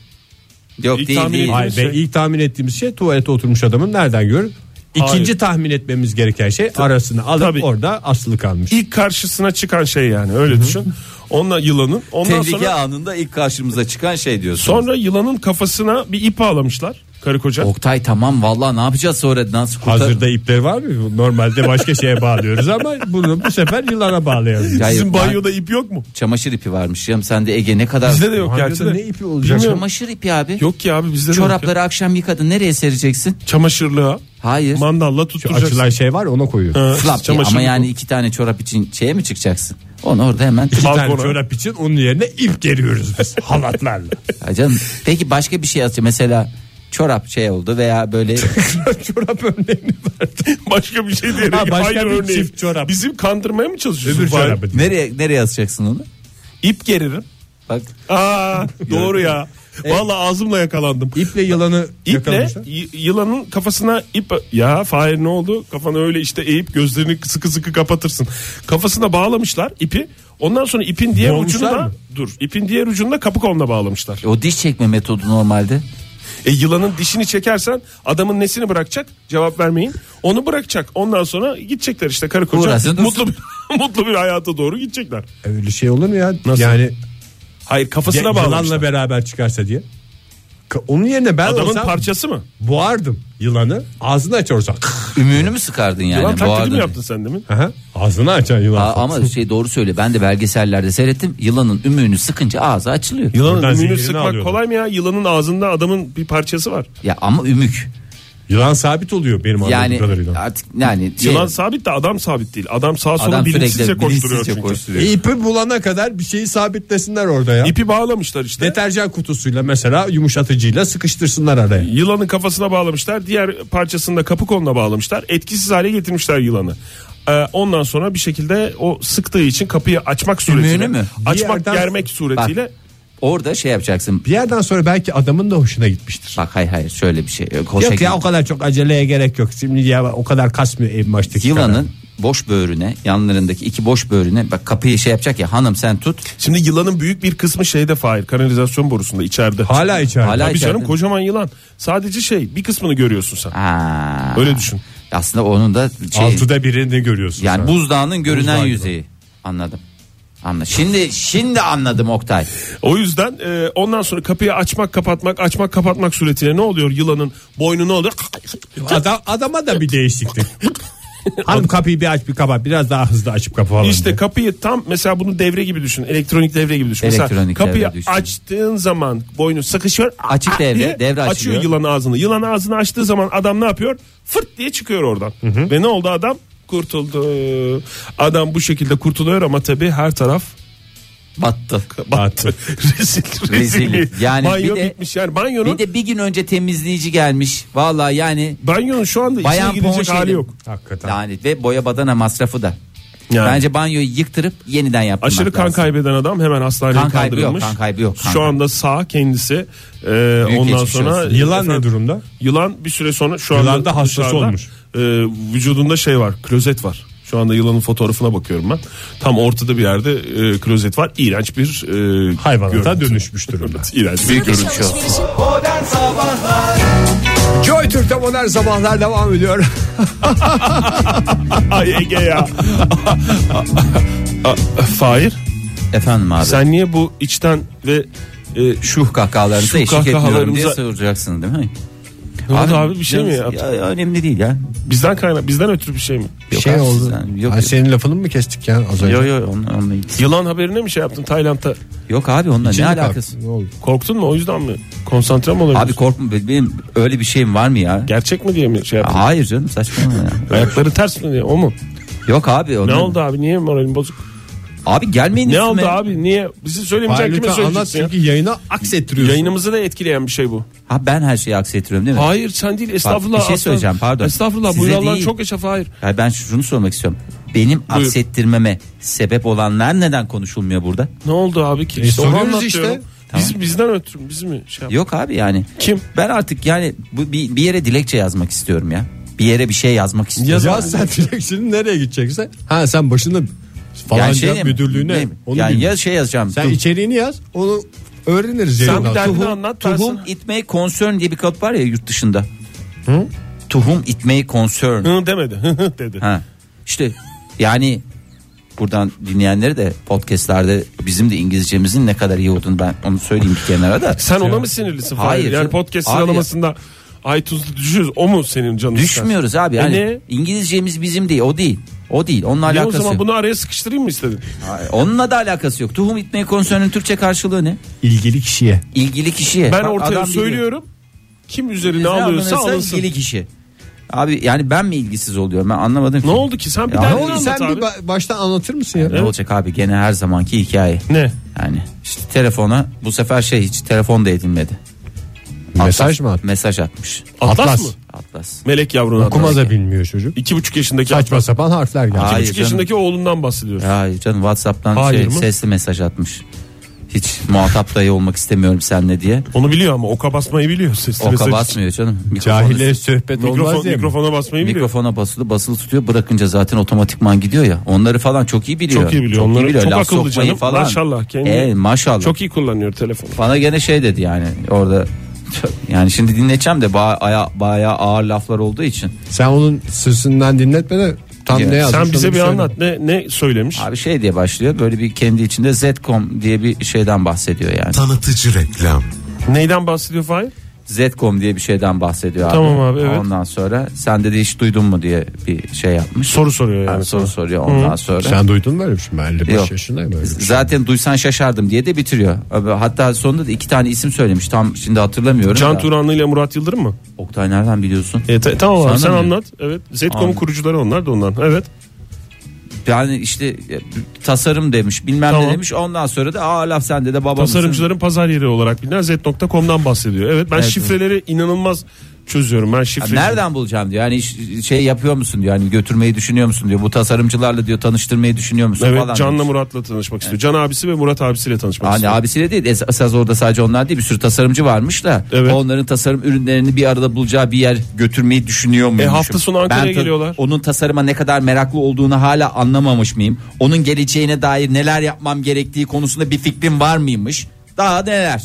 B: Yok
D: İlk
B: değil
D: tahmin
B: değil.
D: ediyorum.
C: Hayır
D: Şey-
C: ve ilk tahmin ettiğimiz şey tuvalete oturmuş adamın nereden görün? İkinci
D: Hayır.
C: tahmin etmemiz gereken şey arasını alıp
D: Tabii.
C: orada asılı kalmış.
D: İlk karşısına çıkan şey yani öyle düşün. Onunla yılanın. Ondan
B: Tehlike
D: sonra
B: anında ilk karşımıza çıkan şey diyorsun.
D: sonra yılanın kafasına bir ip bağlamışlar karı koca.
B: Oktay tamam vallahi ne yapacağız sonra nasıl kurtar?
C: Hazırda ipleri var mı? Normalde başka
B: (laughs)
C: şeye bağlıyoruz ama bunu bu sefer yılana bağlayalım.
B: Ya-
D: Sizin
B: Hayır,
D: banyoda ip yok mu?
B: Çamaşır ipi varmış. Ya sen de Ege ne kadar
D: Bizde de yok
C: Banyoda
D: gerçi de.
C: ne ipi olacak?
D: Bilmiyorum.
B: Çamaşır ipi abi.
D: Yok ki abi bizde de yok ya.
B: Çorapları akşam yıkadın nereye sereceksin?
D: Çamaşırlığa
B: Hayır.
D: mandalla
C: Şu
D: tutturacaksın.
C: açılan şey var ona koyuyor.
D: Ha,
B: Flap diye.
D: çamaşırlık
B: ama
D: o.
B: yani iki tane çorap için şeye mi çıkacaksın? Onu orada hemen
C: Bir tane
D: balkona.
C: çorap için onun yerine ip geriyoruz biz halatlarla.
B: Ya canım peki başka bir şey atıyor mesela çorap şey oldu
D: (laughs)
B: veya böyle
C: (laughs) çorap örneğini verdi.
D: başka bir şey diyerek.
C: Ha, başka
D: Hayır
C: bir
D: örneği.
C: çift çorap.
D: Bizim kandırmaya mı çalışıyorsun?
C: Öbür
D: Fahir?
C: çorabı.
B: nereye nereye asacaksın onu?
D: İp geririm.
B: Bak
C: (laughs)
D: Aa doğru ya.
C: E-
D: Valla ağzımla yakalandım.
C: İple yılanı
D: İple
C: yakalamışlar.
D: y- yılanın kafasına ip ya Fahir ne oldu? Kafanı öyle işte eğip gözlerini sıkı sıkı kapatırsın. Kafasına bağlamışlar ipi. Ondan sonra ipin diğer
C: Boğmuşlar
D: ucunda
C: mı?
D: dur. İpin diğer ucunda kapı koluna bağlamışlar.
B: o diş çekme metodu normalde.
D: E yılanın dişini çekersen adamın nesini bırakacak? Cevap vermeyin. Onu bırakacak. Ondan sonra gidecekler işte karı koca.
B: Uğraşsın dursun.
D: mutlu bir, (laughs) mutlu bir hayata doğru gidecekler.
C: Öyle şey olur mu ya? Yani
D: Hayır
C: ya-
D: kafasına bağlamışlar.
C: yılanla beraber çıkarsa diye. Ka- Onun yerine ben
D: Adamın
C: olsam
D: parçası mı?
C: boğardım yılanı. Ağzını açar o zaman.
B: Ümüğünü mü sıkardın yani?
D: Yılan taklidi
B: Boğardın.
D: mi yaptın sen demin?
C: Aha, Ağzını açan yılan.
B: Aa, ama şey doğru söyle ben de belgesellerde seyrettim yılanın ümüğünü sıkınca ağzı açılıyor.
D: Yılanın
C: Buradan
D: ümüğünü
C: zincirini
D: sıkmak
C: alıyordum.
D: kolay mı ya? Yılanın ağzında adamın bir parçası var.
B: Ya ama ümük
C: Yılan sabit oluyor benim anladığım
B: yani
C: kadarıyla.
B: artık yani şey,
D: Yılan sabit de adam sabit değil. Adam sağa sola
B: adam
D: bilinçsizce
B: sürekli
D: koşturuyor
B: bilinçsizce
D: çünkü.
B: koşturuyor.
C: E, ipi bulana kadar bir şeyi sabitlesinler orada ya.
D: İpi bağlamışlar işte.
C: Deterjan kutusuyla mesela yumuşatıcıyla sıkıştırsınlar araya.
D: Yılanın kafasına bağlamışlar. Diğer parçasını da kapı koluna bağlamışlar. Etkisiz hale getirmişler yılanı. Ee, ondan sonra bir şekilde o sıktığı için kapıyı açmak suretiyle
B: mi?
D: açmak
A: yerden-
D: germek suretiyle
B: Orada şey yapacaksın.
A: Bir yerden sonra belki adamın da hoşuna gitmiştir.
B: Bak hayır hayır şöyle bir şey. Yok,
A: Yok ya o kadar çok aceleye gerek yok. Şimdi ya o kadar kasmıyor en baştaki. kadar.
B: Yılanın boş böğrüne yanlarındaki iki boş böğrüne bak kapıyı şey yapacak ya hanım sen tut.
D: Şimdi yılanın büyük bir kısmı şeyde Fahir kanalizasyon borusunda içeride.
A: Hala içeride.
B: Hala
D: Tabii
B: içeride.
D: canım kocaman yılan. Sadece şey bir kısmını görüyorsun sen.
B: Aa.
D: Öyle düşün.
B: Aslında onun da şey,
A: Altıda birini görüyorsun.
B: yani
A: sen.
B: buzdağının görünen
A: Buzdağı gibi.
B: yüzeyi. Anladım. Anladım. Şimdi şimdi anladım Oktay.
D: O yüzden e, ondan sonra kapıyı açmak kapatmak açmak kapatmak suretiyle ne oluyor yılanın boynu ne oluyor?
A: Adam, adama da bir (laughs) değişiklik. Hanım kapıyı bir aç bir kapat biraz daha hızlı açıp kapa falan.
D: İşte
A: diye.
D: kapıyı tam mesela bunu devre gibi düşün. Elektronik devre gibi düşün. mesela
B: Elektronik
D: kapıyı
B: devre düşün.
D: açtığın zaman boynu sıkışıyor.
B: Açık
D: ah
B: devre,
D: diye
B: devre
D: Açıyor
B: açılıyor.
D: yılan ağzını. Yılan ağzını açtığı zaman adam ne yapıyor? Fırt diye çıkıyor oradan. Ve ne oldu adam? Kurtuldu. Adam bu şekilde kurtuluyor ama tabii her taraf
B: Battı.
D: battı. (laughs) rezil, rezil.
B: Rezil. Yani
D: Banyo
B: bir de-
D: bitmiş yani. Banyonun,
B: Bir de bir gün önce temizleyici gelmiş. Vallahi yani
D: banyonun şu anda içine
B: Bayan
D: gidecek
B: Ponşeli.
D: hali yok.
A: Hakikaten.
B: lanet ve boya badana masrafı da.
D: Yani.
B: Bence banyoyu yıktırıp yeniden yaptırmak
D: Aşırı kan
B: lazım.
D: kaybeden adam hemen hastaneye
B: Kan kaybı
D: kaldırılmış.
B: yok, kan kaybı yok, kan
D: Şu
B: kaybı.
D: anda sağ kendisi. Ee,
B: Büyük
D: ondan
B: geçmiş
D: sonra
B: olsun.
A: Yılan
D: Efendim,
A: ne durumda?
D: Yılan bir süre sonra şu
A: Yılan
D: anda
A: da hastası
D: dışarıda,
A: olmuş.
D: e, vücudunda şey var, klozet var. Şu anda yılanın fotoğrafına bakıyorum ben. Tam ortada bir yerde e, klozet var. İğrenç bir e,
A: Hayvanata
D: görüntü.
A: dönüşmüş durumda.
D: Evet, (laughs) İğrenç bir görüntü.
F: alışverişin
A: Joy Türk'te modern sabahlar devam
B: (laughs)
A: ediyor.
D: Ay Ege ya. A- Fahir
B: Efendim abi.
D: sen niye bu içten ve e, şu
B: Şuh kahkahalarınıza
D: Şuh
B: eşlik etmiyorum diye
D: kahkahalarımıza-
B: soracaksın değil mi?
D: Ne oldu abi, bir şey mi
B: yalnız-
D: yaptın?
B: ya, önemli değil ya.
D: bizden kaynak bizden ötürü bir şey mi?
B: Yok
A: şey
B: abi,
A: oldu.
B: sen- yok,
A: Ha, senin lafını mı kestik ya az önce?
B: Yok yok onun- onun-
D: Yılan haberine mi şey yaptın Tayland'da?
B: Yok abi onunla
A: Şimdi
B: ne
A: bak,
B: alakası?
A: Ne oldu?
D: Korktun mu o yüzden mi? Konsantre mi olabiliyorsun?
B: Abi korkma benim öyle bir şeyim var mı ya?
D: Gerçek mi diye mi şey yaptın?
B: Hayır canım saçmalama ya.
D: Ayakları ters mi diye o mu?
B: Yok abi
D: Ne
B: onun-
D: oldu abi niye moralin bozuk?
B: Abi gelmeyin
D: Ne
B: üstüme.
D: oldu abi niye? Bizi
A: Hayır,
D: söylemeyecek kime
A: lütfen anlat
D: söyleyeceksin ya?
A: çünkü yayına aksettiriyorsun.
D: Yayınımızı da etkileyen bir şey bu.
B: Ha ben her şeyi aksettiriyorum değil mi?
D: Hayır sen değil estağfurullah.
B: bir şey
D: aslan.
B: söyleyeceğim, pardon.
D: Estağfurullah bu
B: Size
D: yalan
B: değil.
D: çok yaşa hayır.
B: Ya ben şunu sormak istiyorum. Benim aksettirmeme sebep olanlar neden konuşulmuyor burada?
D: Ne oldu abi ki?
A: E, soruyoruz
D: onu
A: işte.
D: anlatıyorum. Biz, bizden ötürü bizi mi şey yap-
B: Yok abi yani.
D: Kim?
B: Ben artık yani bu, bir, bir yere dilekçe yazmak istiyorum ya. Bir yere bir şey yazmak istiyorum.
A: Yaz sen direksiyonu nereye gidecekse. Ha sen başında falanca
B: Yani şey mi?
A: müdürlüğüne.
B: Ne?
A: Onu
B: yani
A: bilmiyorum.
B: ya şey yazacağım.
A: Sen
B: Tuh-
A: içeriğini yaz onu öğreniriz.
D: Sen
A: yayından.
D: bir derdini
A: Tuhum-
D: anlat. ben
B: Tuhum
D: sana-
B: itmeyi concern diye bir kalıp var ya yurt dışında. Tuhum itmeyi concern.
D: Hı demedi. Hı hı dedi.
B: Ha. İşte yani buradan dinleyenleri de podcastlerde bizim de İngilizcemizin ne kadar iyi olduğunu ben onu söyleyeyim bir kenara da.
D: (laughs) Sen ona mı sinirlisin?
B: Hayır
D: Hayır. Yani
B: canım.
D: podcast
B: Abi ya.
D: sıralamasında iTunes'da düşüyoruz. O mu senin canın? ister?
B: Düşmüyoruz abi. Yani
D: E ne?
B: İngilizcemiz bizim değil. O değil. O değil. Onunla
D: Ya o
B: alakası
D: zaman
B: yok.
D: bunu araya sıkıştırayım mı istedin?
B: Onunla da alakası yok. Tuhum itmeyi konsörünün Türkçe karşılığı ne?
A: ilgili kişiye.
B: İlgili kişiye.
D: Ben
B: E, Bak
D: ortaya
B: adam biliyor.
D: söylüyorum. Kim üzerine
B: Ne
D: alıyorsa
B: alınırsa
D: alınsın.
B: ilgili kişi. Abi yani ben mi ilgisiz oluyorum? Ben anlamadım. ki.
D: Ne oldu ki? Sen bir
B: Ya
D: derdini
B: ne oldu?
D: anlat
A: Sen
D: abi.
A: bir ba- baştan anlatır mısın ya?
B: Ne olacak abi? Gene her zamanki hikaye.
D: Ne?
B: Yani işte telefona bu sefer şey hiç telefon da edilmedi.
A: Mesaj mı attı?
B: Mesaj atmış.
D: Atlas,
A: Atlas.
D: mı?
B: Atlas.
D: Melek yavrunu
A: Okuma
D: Atlas.
A: da bilmiyor çocuk.
D: İki buçuk yaşındaki
A: Saçma sapan harfler geldi.
B: Hayır
D: Üç
B: canım.
D: yaşındaki oğlundan bahsediyoruz.
B: Hayır canım Whatsapp'tan
D: Hayır
B: şey,
D: mı?
B: sesli mesaj atmış. Hiç muhatap dahi olmak istemiyorum seninle diye.
D: Onu biliyor ama oka basmayı biliyor. Sesli
B: Oka
D: mesaj.
B: basmıyor canım. Mikrofonu-
A: Cahile sohbet olmaz
D: Mikrofon,
A: diye. mi?
D: mikrofona basmayı biliyor.
B: Mikrofona basılı basılı tutuyor bırakınca zaten otomatikman gidiyor ya. Onları falan çok iyi biliyor.
D: Çok iyi biliyor. Onları çok
B: Laf
D: akıllı
B: sokmayı
D: canım.
B: Falan.
D: Maşallah kendi-
B: E, maşallah. Çok...
D: Çok iyi kullanıyor telefonu.
B: Bana gene şey dedi yani orada (laughs) yani şimdi dinleteceğim de baya, baya ağır laflar olduğu için.
A: Sen onun sırtından dinletme de tam
B: Ya,
A: ne yazmış
D: Sen bize
A: onu
B: şey
D: bir
A: söyle.
D: anlat. Ne ne söylemiş?
B: Abi şey diye başlıyor böyle bir kendi içinde Zcom diye bir şeyden bahsediyor yani.
G: Tanıtıcı reklam.
D: Neyden bahsediyor Fahir?
B: Zcom diye bir şeyden bahsediyor abi.
D: Tamam abi, evet.
B: Ondan sonra sen dedi hiç duydun mu diye bir şey yapmış.
D: Soru soruyor yani.
B: Yani soru soruyor ondan sonra.
A: Sen duydun mu öyle bir şey? Ben 55
B: Yok.
A: yaşındayım öyle bir şey.
B: Zaten duysan şaşardım diye de bitiriyor. Abi Hatta sonunda da iki tane isim söylemiş. Tam şimdi hatırlamıyorum.
D: Can
B: da.
D: Turanlı ile Murat Yıldırım mı?
B: Oktay nereden biliyorsun?
D: E, ta- tamam abi
B: Sana
D: sen
B: mı?
D: anlat. Evet. Zetcom'un
B: Anladım.
D: kurucuları onlar da ondan. Evet.
B: Yani işte e, tasarım demiş bilmem
D: Tamam.
B: ne demiş. Ondan sonra da aa laf sende de baba mısın?"
D: Tasarımcıların pazar yeri olarak bilinen Z.com'dan bahsediyor. Evet ben
B: Evet,
D: şifreleri inanılmaz çözüyorum ben
B: Ya
D: şifreci.
B: Nereden bulacağım diyor. Yani ş- şey yapıyor musun diyor. Hani götürmeyi düşünüyor musun diyor. Bu tasarımcılarla diyor tanıştırmayı düşünüyor musun
D: Evet
B: falan.
D: Can'la
B: demiş.
D: Murat'la tanışmak istiyor. Can abisi ve Murat abisiyle tanışmak
B: Hani
D: istiyor.
B: abisiyle değil es- esas orada sadece onlar değil bir sürü tasarımcı varmış da
D: Evet.
B: onların tasarım ürünlerini bir arada bulacağı bir yer götürmeyi düşünüyor
D: E,
B: muyum?
D: hafta sonu Ankara'ya geliyorlar.
B: Onun tasarıma ne kadar meraklı olduğunu hala anlamamış mıyım? Onun geleceğine dair neler yapmam gerektiği konusunda bir fikrim var mıymış? Daha neler?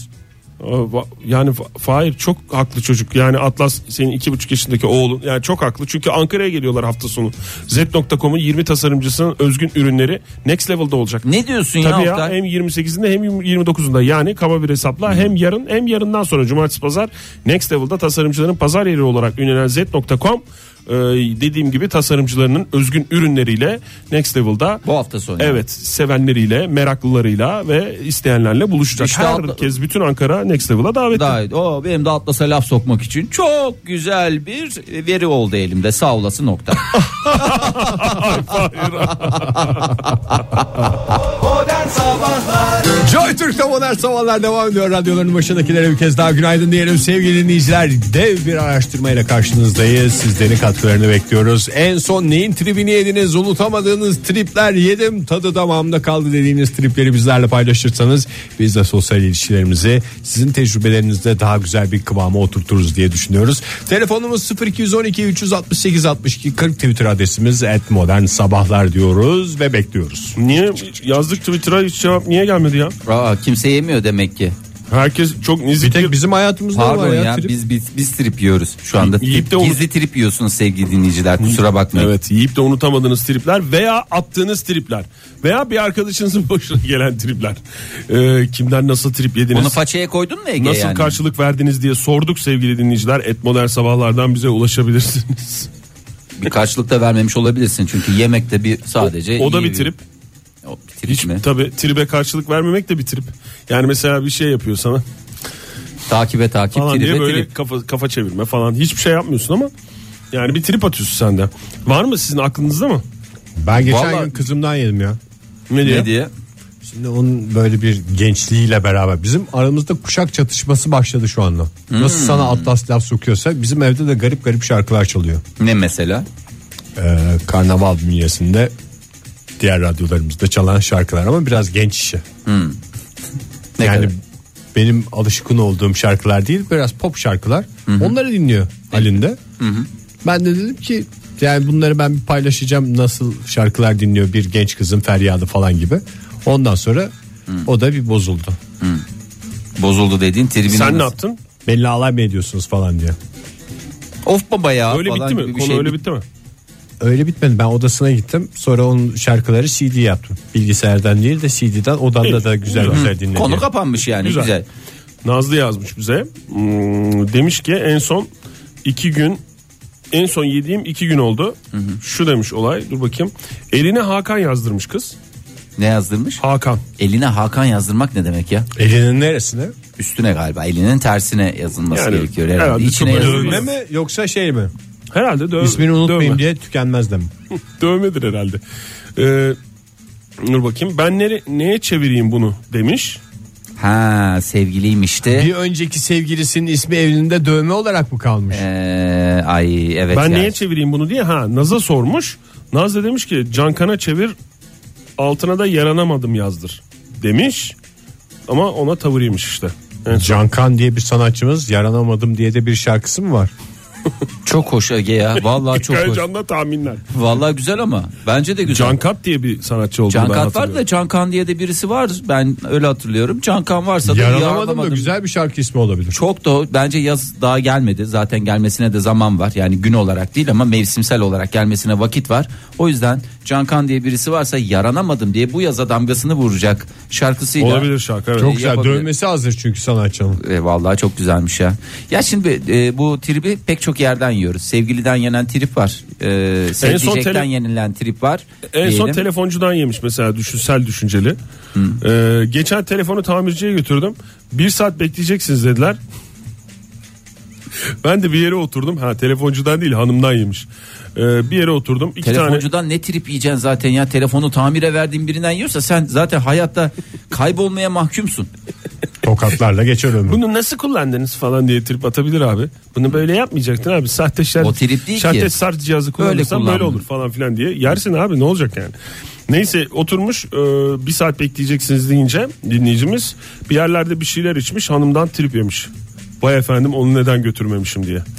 D: Aa, va- Yani Fa- Fahir çok haklı çocuk. Yani Atlas senin iki buçuk yaşındaki oğlun. Yani çok haklı. Çünkü Ankara'ya geliyorlar hafta sonu. Z.com'un 20 tasarımcısının özgün ürünleri next level'da olacak.
B: Ne diyorsun
D: Tabii ya
B: Oktay?
D: hem 28'inde hem 29'unda yani kaba bir hesapla hem yarın hem yarından sonra cumartesi pazar Next Level'da tasarımcıların pazar yeri olarak ünlenen Z.com e, dediğim gibi tasarımcılarının özgün ürünleriyle Next Level'da
B: Bu hafta sonu.
D: Evet sevenleriyle meraklılarıyla ve isteyenlerle buluşacak.
B: İşte atla-
D: Herkes bütün Ankara Next Level'a davetli.
B: Daha, o benim de Atlas'a laf sokmak için çok güzel bir e, veri oldu elimde. Sağ olası nokta.
D: (laughs)
C: Joy Türk'te modern sabahlar devam ediyor. Radyoların başındakilere bir kez daha günaydın diyelim. Sevgili dinleyiciler dev bir araştırmayla karşınızdayız. Sizlerin katkılarını bekliyoruz. En son neyin tribini yediniz? Unutamadığınız tripler yedim. Tadı damağımda kaldı dediğiniz tripleri bizlerle paylaşırsanız biz de sosyal ilişkilerimizi sizin tecrübelerinizde daha güzel bir kıvama oturturuz diye düşünüyoruz. Telefonumuz 0212 368 62 40 Twitter adresimiz et modern sabahlar diyoruz ve bekliyoruz.
D: Niye yazdık Twitter'a hiç cevap niye gelmedi ya?
B: Aa, kimse yemiyor demek ki.
D: Herkes çok
C: Bir
D: nizik
C: tek bizim hayatımızda
B: Pardon
C: var
B: ya,
C: ya, trip.
B: biz, biz biz trip yiyoruz şu anda.
D: Yiyip de
B: Trip-
D: onu-
B: Gizli trip yiyorsunuz sevgili dinleyiciler kusura bakmayın.
D: Evet yiyip de unutamadığınız tripler veya attığınız tripler veya bir arkadaşınızın (laughs) başına gelen tripler. Ee, kimden nasıl trip yediniz?
B: Bunu façaya koydun mu Ege
D: Nasıl
B: yani?
D: karşılık verdiniz diye sorduk sevgili dinleyiciler. Et modern sabahlardan bize
B: (laughs)
D: ulaşabilirsiniz.
B: Bir karşılık da vermemiş olabilirsin çünkü yemekte bir sadece.
D: o da
B: iyi
D: bir trip.
B: O bir trip
D: Hiç
B: mi?
D: tabii tribe karşılık vermemek de bir trip. Yani mesela bir şey yapıyor sana
B: Takibe takip
D: falan
B: tribe
D: diye böyle
B: trip.
D: kafa kafa çevirme falan hiçbir şey yapmıyorsun ama yani bir trip atıyorsun sen de. Var mı sizin aklınızda mı?
C: Ben geçen
B: Vallahi-
C: gün kızımdan yedim ya.
D: Ne diye?
B: Ne diye?
C: Şimdi onun böyle bir gençliğiyle beraber bizim aramızda kuşak çatışması başladı şu anda. Nasıl
B: Hmm.
C: sana Atlas laf sokuyorsa bizim evde de garip garip şarkılar çalıyor.
B: Ne mesela?
C: Ee, karnaval bünyesinde diğer radyolarımızda çalan şarkılar ama biraz genç işi.
B: Ne
C: yani
B: kadar?
C: benim alışkın olduğum şarkılar değil biraz pop şarkılar. Onları dinliyor Halinde. Ben de dedim ki yani bunları ben bir paylaşacağım nasıl şarkılar dinliyor bir genç kızın feryadı falan gibi. Ondan sonra o da bir bozuldu.
B: Bozuldu dediğin tribini.
D: Sen ne
B: nasıl-
D: yaptın?
C: Belli alay mı ediyorsunuz falan diye.
B: Of baba ya.
D: Öyle
B: falan
D: bitti mi?
B: gibi bir
D: Konu
B: şey
D: öyle bitti mi?
C: Öyle bitmedi. Ben odasına gittim. Sonra onun şarkıları CD yaptım. Bilgisayardan değil de CD'den odamda da güzel güzel dinledim.
B: Konu kapanmış yani
D: Güzel.
B: güzel.
D: Nazlı yazmış bize. Hmm, demiş ki en son iki gün en son yediğim iki gün oldu. Şu demiş olay. Dur bakayım. Eline Hakan yazdırmış kız.
B: Ne yazdırmış?
D: Hakan.
B: Eline Hakan yazdırmak ne demek
D: E,
B: ya?
C: Elinin neresine?
B: Üstüne galiba elinin tersine yazılması
D: Yani,
B: gerekiyor herhalde.
D: herhalde
B: İçine
D: kıvırcık.
B: yazılmaz.
C: Dövme mi yoksa şey mi?
D: Herhalde döv-
C: İsmini unutmayayım
D: dövme.
C: diye tükenmez de mi?
D: Dövmedir herhalde. Ee, dur bakayım. Ben nere- neye çevireyim bunu demiş.
B: Ha sevgiliymişti.
C: Bir önceki sevgilisinin ismi evliliğinde dövme olarak mı kalmış?
B: Ee, ay evet.
D: Ben
B: ya.
D: neye çevireyim bunu diye ha Naz'a sormuş. Naz da demiş ki Cankan'a çevir altına da yaranamadım yazdır demiş. Ama ona tavırıymış işte. En son.
C: Cankan diye bir sanatçımız yaranamadım diye de bir şarkısı mı var?
B: Çok hoş Ege ya.
D: (laughs)
B: Vallahi çok hoş.
D: Heyecanla tahminler.
B: Vallahi güzel ama. Bence de güzel.
D: Cankat diye bir sanatçı olduğunu ben
B: Cankat var
D: hatırlıyorum.
B: da Cankan diye de birisi var. Ben öyle hatırlıyorum. Cankan varsa da
C: Yaranamadım da
B: yaralamadım.
C: güzel bir şarkı ismi olabilir.
B: Çok da bence yaz daha gelmedi. Zaten gelmesine de zaman var. Yani gün olarak değil ama mevsimsel olarak gelmesine vakit var. O yüzden Cankan diye birisi varsa yaranamadım diye bu yaza damgasını vuracak şarkısıyla.
D: Olabilir şarkı evet.
C: Çok güzel.
B: yapabilir.
C: Dövmesi hazır çünkü sanatçının.
B: E, vallahi çok güzelmiş ya. Ya şimdi e, bu tribi pek çok yerden yiyoruz. Sevgiliden yenen trip var. E, sevdicekten
D: tele-
B: yenilen trip var.
D: En son
B: diyelim.
D: telefoncudan yemiş mesela düşünsel düşünceli. Ee, geçen telefonu tamirciye götürdüm. Bir saat bekleyeceksiniz dediler. ben de bir yere oturdum. Ha telefoncudan değil hanımdan yemiş. Ee, bir yere oturdum. İki tane
B: Telefoncudan ne trip yiyeceksin zaten ya telefonu tamire verdiğin birinden yiyorsa sen zaten hayatta kaybolmaya mahkumsun.
C: Tokatlarla geçer (laughs) ömrü.
D: Bunu nasıl kullandınız falan diye trip atabilir abi. Bunu böyle yapmayacaktın abi. Sahte şer,
B: O trip değil
D: şahte
B: ki.
D: sarf cihazı
B: Böyle
D: kullanırsan
B: kullan.
D: böyle, olur falan filan diye. Yersin abi ne olacak yani. Neyse oturmuş e, bir saat bekleyeceksiniz deyince dinleyicimiz bir yerlerde bir şeyler içmiş hanımdan trip yemiş. Vay efendim onu neden götürmemişim diye.
B: (laughs)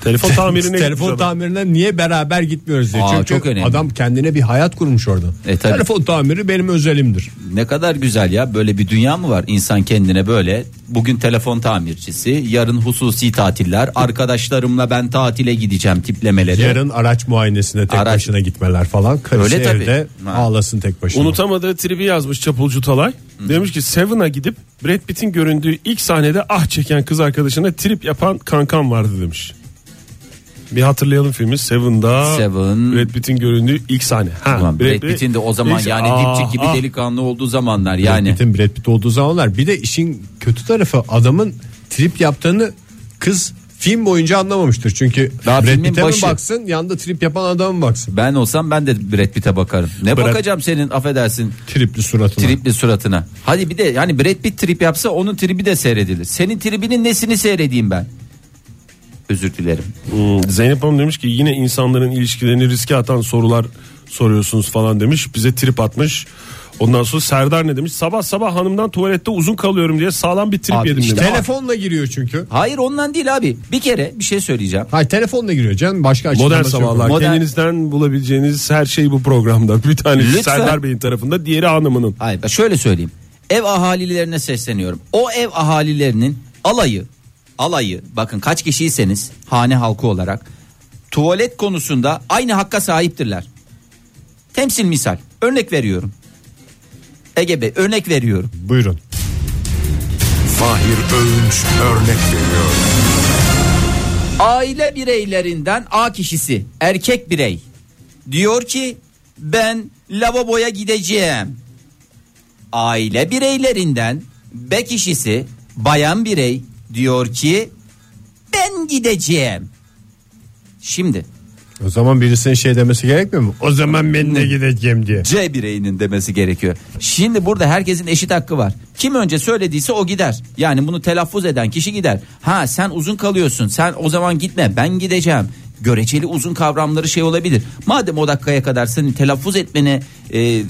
D: Telefon tamirine gitmiş
C: Telefon
D: adam.
C: tamirine niye beraber gitmiyoruz diye.
B: Aa,
C: Çünkü
B: çok önemli.
C: adam kendine bir hayat kurmuş orada.
B: E, tabii.
C: Telefon tamiri benim özelimdir.
B: Ne kadar güzel ya böyle bir dünya mı var? İnsan kendine böyle bugün telefon tamircisi, yarın hususi tatiller, arkadaşlarımla ben tatile gideceğim tiplemeleri.
C: Yarın araç muayenesine tek
B: Araç-
C: başına gitmeler falan. Karısı
B: Öyle tabii.
C: evde
B: Ha.
C: ağlasın tek başına.
D: Unutamadığı tribi yazmış Çapulcu Talay. Demiş ki Seven'a gidip Brad Pitt'in göründüğü ilk sahnede ah çeken kız arkadaşına trip yapan kankam vardı demiş. Bir hatırlayalım filmi Seven'da
B: Seven.
D: Brad Pitt'in göründüğü ilk sahne. Ha,
B: Ulan Brad Pitt'in de o zaman
D: ilk-
B: yani
D: Ah,
B: dipçik gibi
D: ah.
B: delikanlı olduğu zamanlar
C: yani.
B: yani.
C: Brad Pitt olduğu zamanlar. Bir de işin kötü tarafı adamın trip yaptığını kız film boyunca anlamamıştır. Çünkü
B: Daha
C: Brad
B: filmin
C: Pitt'e mi
B: başı.
C: baksın yanında trip yapan adama mı baksın?
B: Ben olsam ben de Brad Pitt'e bakarım. Ne bakacağım senin affedersin
C: Tripli suratına.
B: tripli suratına. Hadi bir de yani Brad Pitt trip yapsa onun tribi de seyredilir. Senin tribinin nesini seyredeyim ben? Özür dilerim.
D: Hmm, Zeynep Hanım demiş ki yine insanların ilişkilerini riske atan sorular soruyorsunuz falan demiş. Bize trip atmış. Ondan sonra Serdar ne demiş? Sabah sabah hanımdan tuvalette uzun kalıyorum diye sağlam bir trip
B: Abi
D: yedim
B: işte
D: demiş.
C: Telefonla giriyor çünkü.
B: Hayır ondan değil abi. Bir kere bir şey söyleyeceğim.
C: Hayır telefonla giriyor canım. Başka
D: Modern
C: açıklaması yok.
D: sabahlar.
B: Modern-
D: Kendinizden bulabileceğiniz her şey bu programda. Bir tanesi
B: Lütfen.
D: Serdar Bey'in tarafında, diğeri hanımının.
B: Hayır ben şöyle söyleyeyim. Ev ahalilerine sesleniyorum. O ev ahalilerinin alayı alayı bakın kaç kişiyseniz hane halkı olarak tuvalet konusunda aynı hakka sahiptirler. Temsil misal örnek veriyorum. Ege Bey örnek veriyorum.
C: Buyurun.
F: Fahir Öğünç örnek veriyor.
B: Aile bireylerinden A kişisi erkek birey diyor ki ben lavaboya gideceğim. Aile bireylerinden B kişisi bayan birey diyor ki ben gideceğim. Şimdi
C: O zaman birisinin şey demesi gerekmiyor mu? O zaman ben
B: Hmm.
C: de gideceğim diye.
B: C bireyinin demesi gerekiyor. Şimdi burada herkesin eşit hakkı var. Kim önce söylediyse o gider. Yani bunu telaffuz eden kişi gider. Ha sen uzun kalıyorsun. Sen o zaman gitme. Ben gideceğim. Göreceli uzun kavramları şey olabilir. Madem o dakikaya kadar seni telaffuz etmene e,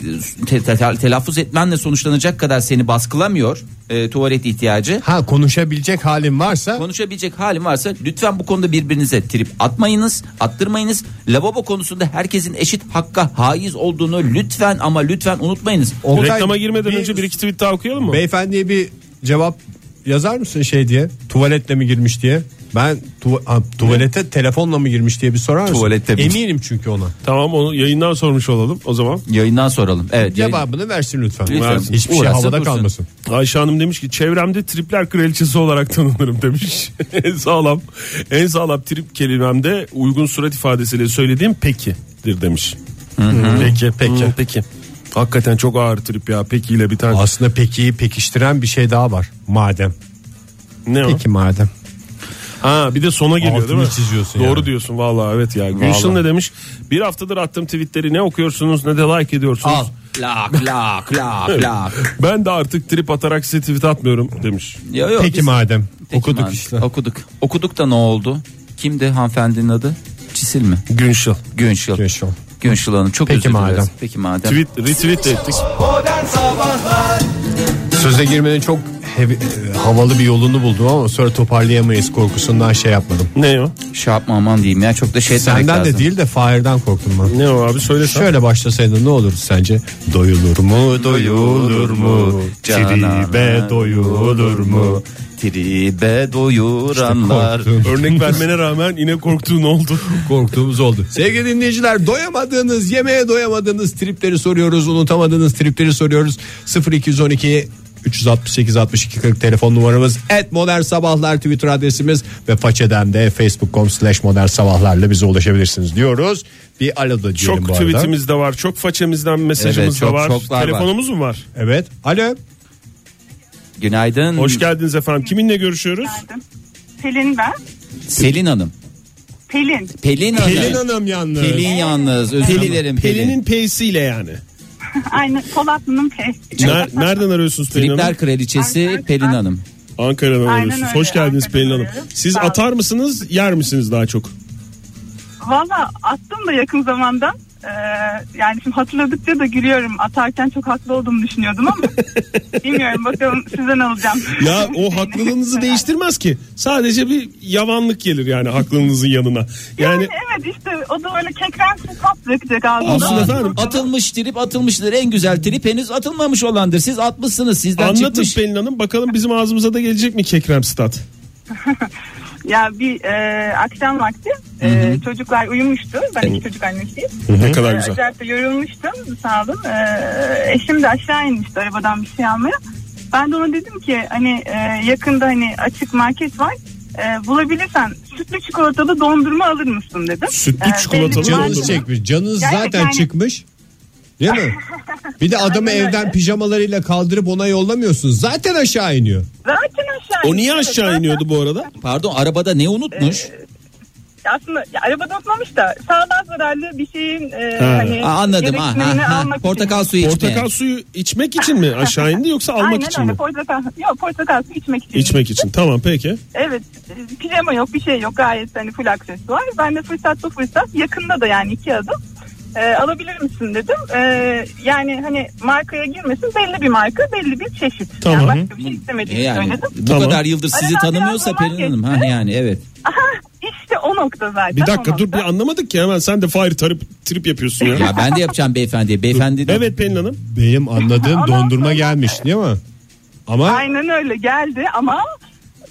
B: te- te- telaffuz etmenle sonuçlanacak kadar seni baskılamıyor e, tuvalet ihtiyacı.
C: Ha konuşabilecek halin varsa
B: Konuşabilecek halim varsa lütfen bu konuda birbirinize trip atmayınız, attırmayınız. Lavabo konusunda herkesin eşit hakka haiz olduğunu lütfen ama lütfen unutmayınız.
C: Oktay,
D: Reklama girmeden
C: bir-
D: önce bir iki tweet daha okuyalım mı?
C: Beyefendiye bir cevap yazar mısın şey diye? Tuvaletle mi girmiş diye? Ben tuva- ha, tuvalete telefonla mı girmiş diye bir sorar mısın?
B: Tuvalette mi?
C: Eminim çünkü ona.
D: Tamam onu yayından sormuş olalım o zaman.
B: Yayından soralım. Evet. yayın-
C: Cevabını versin lütfen.
B: Lütfen.
C: Hiçbir şey
B: Uğraşsın,
C: havada
B: dursun.
C: kalmasın.
D: Ayşe Hanım demiş ki çevremde tripler kraliçesi olarak (laughs) tanınırım demiş. en sağlam en sağlam trip kelimemde uygun surat ifadesiyle söylediğim peki'dir demiş. Peki peki
C: Hmm,
D: peki. Hakikaten çok ağır trip ya peki ile bir tane.
C: Aslında pekiyi pekiştiren bir şey daha var. Madem.
D: ne o?
C: Peki madem.
D: Ha bir de sona geliyor
C: Altını
D: değil mi?
C: çiziyorsun
D: Doğru
C: yani.
D: diyorsun vallahi evet ya. Gülşin ne demiş? Bir haftadır attığım tweetleri ne okuyorsunuz ne de like ediyorsunuz.
B: Al. Lak lak lak lak.
D: Ben de artık trip atarak size tweet atmıyorum demiş.
B: Yo, yo,
C: Peki
B: biz-
C: madem.
B: Peki
C: Okuduk
B: madem.
C: işte.
B: Okuduk. Okuduk da ne oldu? Kimdi hanımefendinin adı? Çisil mi?
D: Günşil.
B: Günşil.
C: Günşil.
B: Günşil Hanım çok
C: Peki
B: özür dileriz.
C: madem.
B: Peki madem.
D: Tweet, retweet de ettik.
C: Söze girmenin çok hevi- e, havalı bir yolunu buldum ama sonra toparlayamayız korkusundan şey yapmadım.
D: Ne o?
B: Şey yapma aman diyeyim ya çok da şey etmemek
C: Senden
B: lazım.
C: de değil de Fahir'den korktum ben.
D: Ne o abi söyle sen.
C: Şöyle başlasaydın ne olurdu sence? Doyulur mu, doyulur mu? Tribe doyulur mu?
B: Tribe doyuranlar.
C: Korktum.
D: Örnek vermene rağmen yine korktuğun oldu.
C: Korktuğumuz oldu. Sevgili dinleyiciler doyamadığınız, yemeğe doyamadığınız tripleri soruyoruz. Unutamadığınız tripleri soruyoruz. 0212 368 62 40 telefon numaramız et modern sabahlar twitter adresimiz ve façeden de facebook.com slash modern sabahlarla bize ulaşabilirsiniz diyoruz. Bir alo da diyelim
D: Çok
C: bu arada.
D: tweetimiz de var. Çok façemizden mesajımız
B: Evet, çok-
D: da var.
B: çoklar var.
D: Telefonumuz mu var?
C: Evet. Alo.
B: Günaydın.
D: Hoş geldiniz efendim. Kiminle görüşüyoruz?
G: Günaydın. Pelin ben.
B: Selin Hanım.
G: Pelin. (laughs)
B: Pelin Hanım.
C: Pelin Hanım yalnız.
B: Pelin yalnız. Özür dilerim Pelin.
D: P'siyle yani.
G: Aynı Polatlı'nın P.
D: Ner- nereden arıyorsunuz Pelin Hanım?
B: Tripler kraliçesi
G: Aynen.
B: Pelin Hanım.
D: Ankara'dan
G: Aynen
D: arıyorsunuz.
G: öyle,
D: Hoş geldiniz
G: Ankara'dan
D: Pelin Hanım.
G: arıyoruz.
D: Siz
G: Sağ olun.
D: atar mısınız yer misiniz daha çok?
G: Valla attım da yakın zamanda. Ee, yani şimdi hatırladıkça da gülüyorum. Atarken çok haklı olduğumu düşünüyordum
D: (laughs)
G: ama bilmiyorum bakalım sizden alacağım.
D: Ya
G: (laughs)
D: o haklılığınızı değiştirmez ki. Sadece bir yavanlık gelir yani haklılığınızın yanına.
G: Yani,
D: Yani
G: evet işte o da öyle kekremsi tat bırakacak ağzında.
D: Aslında efendim-
B: Atılmış trip atılmıştır. En güzel trip henüz atılmamış olandır. Siz atmışsınız sizden
D: anlatın
B: çıkmış.
D: Pelin Hanım bakalım bizim ağzımıza da gelecek mi kekrem stat?
G: Ya bir e, akşam vakti e, çocuklar uyumuştu. Ben iki çocuk annesiyim.
D: Ne kadar güzel.
G: Acayip de yorulmuştum sağ olun. Ee, eşim de aşağı inmişti arabadan bir şey almaya. Ben de ona dedim ki hani e, yakında hani açık market var. E, bulabilirsen sütlü çikolatalı dondurma alır mısın dedim.
D: Sütlü
G: Ee,
D: çikolatalı
G: belli
C: Canınız
D: dondurma.
G: bir marka-
C: çekmiş. Canınız
G: Yani-
C: zaten
G: yani-
C: çıkmış. Değil
G: (laughs)
C: mi? Bir de adamı
G: Aynen öyle.
C: evden pijamalarıyla kaldırıp ona yollamıyorsunuz. Zaten aşağı iniyor.
G: Zaten aşağı
D: O niye
G: inmiş,
D: aşağı
G: evet,
D: iniyordu bu arada?
B: Pardon arabada ne unutmuş?
G: zaten- Aslında ya, arabada unutmamış da sağdan zararlı bir şeyin e,
D: Ha.
G: hani
B: Aa, anladım ha,
G: gereksinimini
B: ha, ha.
G: almak için.
B: Portakal suyu içmeye.
D: Portakal suyu içmek için mi aşağı indi yoksa almak
G: Aynen
D: için
G: öyle,
D: mi?
G: Portakal, yok portakal suyu içmek için.
D: İçmek için tamam peki.
G: Evet e, pijama yok bir şey yok gayet hani full aksesuar. Ben de fırsat bu fırsat yakında da yani iki adım e, alabilir misin dedim. E, yani hani markaya girmesin belli bir marka belli bir çeşit.
D: Tamam.
G: Yani başka bir şey istemedim
B: E yani
G: söyledim.
B: bu
D: Tamam.
B: kadar yıldır sizi
G: Aradan
B: tanımıyorsa
G: biraz zaman
B: Pelin Hanım. Ha yani evet.
G: İşte o nokta zaten.
D: Bir
G: o
D: dakika dur
G: nokta.
D: bir anlamadık ki hemen sen de fire trip, trip yapıyorsun
G: (laughs)
D: ya.
B: Ya ben de yapacağım beyefendiye. Beyefendi de-
D: Evet Pelin Hanım.
C: Benim anladığım
B: (laughs)
G: Ama-
C: dondurma gelmiş değil mi? Ama
G: Aynen öyle geldi ama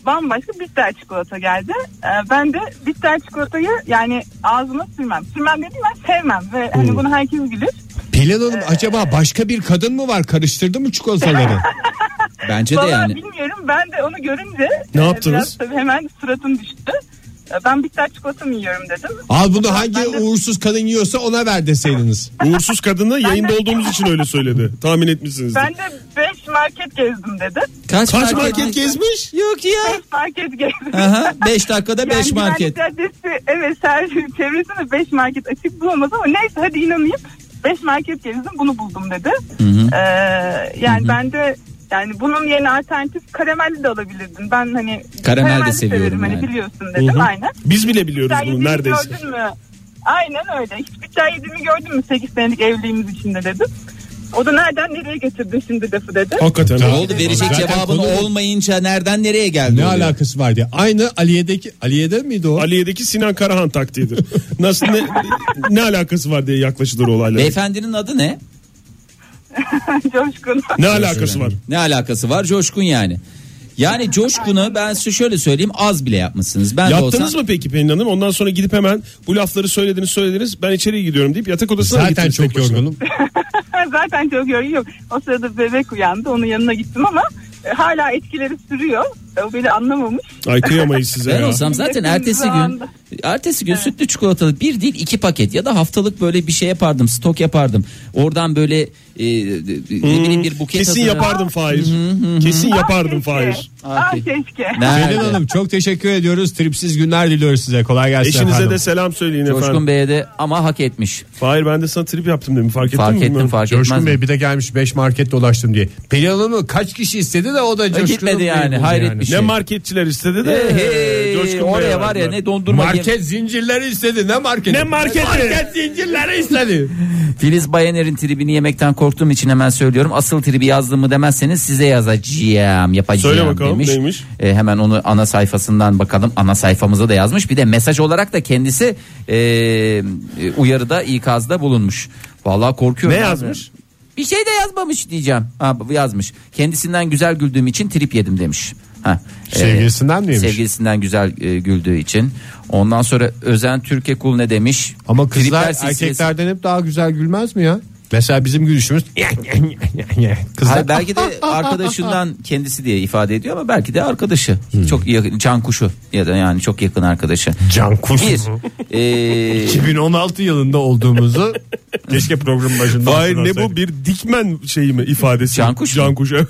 G: bambaşka bitter çikolata geldi. E, ben de bitter çikolatayı yani ağzıma sürmem. Sürmem dedim ben sevmem ve hani bunu herkes bilir.
C: Pelin
B: Ee,
C: Hanım acaba başka bir kadın mı var? Karıştırdı mı
B: (laughs)
C: çikolataları?
B: bence de
G: Vallahi
B: yani.
G: bilmiyorum ben de onu görünce
D: Ne
G: e,
D: yaptınız?
G: biraz tabii hemen suratım düştü. E, Ben bitter çikolata mı yiyorum dedim.
C: Al bunu hangi
G: Ben de-
C: uğursuz kadın yiyorsa ona ver deseydiniz.
D: Uğursuz kadını yayında olduğumuz için öyle söyledi. Tahmin etmişsiniz.
G: Ben de 5 market gezdim dedi.
B: Kaç,
D: Kaç market gezmiş?
B: Yok ya.
G: 5 market gezdim.
B: Aha, 5 dakikada 5
G: Yani
B: market.
G: güvenlik caddesi, evet servis çevresinde 5 market açık bulamaz ama neyse hadi inanayım. 5 market gezdim bunu buldum dedi. Ee, yani ben de yani bunun yerine alternatif karamelli de alabilirdin. Ben hani
B: Karamel de
G: karamelli
B: seviyorum
G: severim,
B: yani.
G: Hani biliyorsun dedim aynen.
D: Biz bile biliyoruz
G: Sen
D: bunu
G: yediğimi
D: neredeyse.
G: gördün mü? Aynen öyle. Hiç bıçağı yediğimi gördün mü 8 senelik evliliğimiz içinde dedim. O da nereden nereye getirdi şimdi lafı dedi.
D: Hakikaten.
C: Tamam.
B: Oldu verecek
C: Zaten
B: cevabın
C: konu-
B: olmayınca nereden nereye geldi?
C: Ne
B: oluyor?
C: alakası var diye. Aynı Aliye'deki Aliye'de miydi o?
D: Aliye'deki Sinan Karahan taktiğidir. Nasıl ne, ne alakası var diye yaklaşılır olaylara.
B: Beyefendinin adı ne?
G: (laughs) Coşkun.
D: Ne alakası var?
B: Ne alakası var? Coşkun yani. Yani Coşkun'u ben size şöyle söyleyeyim az bile yapmışsınız. Ben de
D: Yattınız
B: olsam,
D: mı peki Pelin Hanım? Ondan sonra gidip hemen bu lafları söylediniz söylediniz. Ben içeriye gidiyorum deyip yatak odasına mı
C: Zaten
D: gittiniz
C: çok
D: tek başına?
C: yorgunum.
G: (laughs) Zaten çok yorucu yok. O sırada bebek uyandı onun yanına gittim ama e, hala etkileri sürüyor. E, O beni anlamamış.
D: Ay kıyamayız size
B: Ben
D: ya.
B: olsam zaten
G: Yakın
B: ertesi gün
G: zamanda.
B: ertesi gün sütlü çikolatalı bir değil iki paket ya da haftalık böyle bir şey yapardım stok yapardım. Oradan böyle e, ne bileyim bir buket
D: Kesin
B: hazırlardım.
D: yapardım Fahir. Kesin yapardım Fahir.
G: Ah
B: Aferin.
G: keşke.
B: Nerede?
C: Pelin Hanım çok teşekkür ediyoruz. Tripsiz günler diliyoruz size. Kolay gelsin
D: Eşinize
C: efendim.
D: de selam söyleyin
B: Coşkun
D: efendim.
B: Bey'e de ama hak etmiş.
D: Fahir ben de sana trip yaptım demin fark ettin mi?
B: fark ettim
D: bilmiyorum.
B: fark etmez.
C: Coşkun
B: mi?
C: Bey bir de gelmiş 5 market dolaştım diye. Pelin Hanım'ı kaç kişi istedi de o da Coşkun'un
B: gitmedi
C: Bey'i
B: yani,
C: buldu
B: hayret bir şey.
D: Ne marketçiler istedi de.
B: Ee, hey,
D: Coşkun Bey'e
B: oraya var ya
D: verdiler.
B: ne dondurma yem-
C: Market zincirleri istedi ne market?
D: Ne marketi? Ee,
C: Market zincirleri istedi.
B: Filiz Bayener'in tribini yemekten korktuğum için hemen söylüyorum. Asıl tribi yazdım mı demezseniz size yazacağım yapacağım
D: Söyle bakalım,
B: demiş.
D: neymiş?
B: E, hemen onu ana sayfasından bakalım ana sayfamıza da yazmış. Bir de mesaj olarak da kendisi e, e, uyarıda ikazda bulunmuş. Vallahi korkuyorum.
D: Ne
B: abi.
D: yazmış?
B: Bir şey de yazmamış diyeceğim. Ha, bu yazmış. Kendisinden güzel güldüğüm için trip yedim demiş. Ha, e,
C: Sevgilisinden miymiş?
B: Sevgilisinden güzel e, güldüğü için. Ondan sonra Özen Türkekul ne demiş?
C: Ama kızlar
B: Tripler silsilesi-
C: erkeklerden hep daha güzel gülmez mi ya? Mesela bizim gülüşümüz (laughs) kızlar
B: Hayır, belki de arkadaşından kendisi diye ifade ediyor ama belki de arkadaşı.
C: Hmm.
B: Çok yakın can kuşu ya da yani çok yakın arkadaşı.
C: can kuş. (laughs)
B: Bir. e,
C: 2016 yılında olduğumuzu keşke programın başında
D: Hayır ne bu
C: hatırlasaydık.
D: bir dikmen şeyi mi ifadesi?
B: Cankuş mu?
D: Cankuş evet.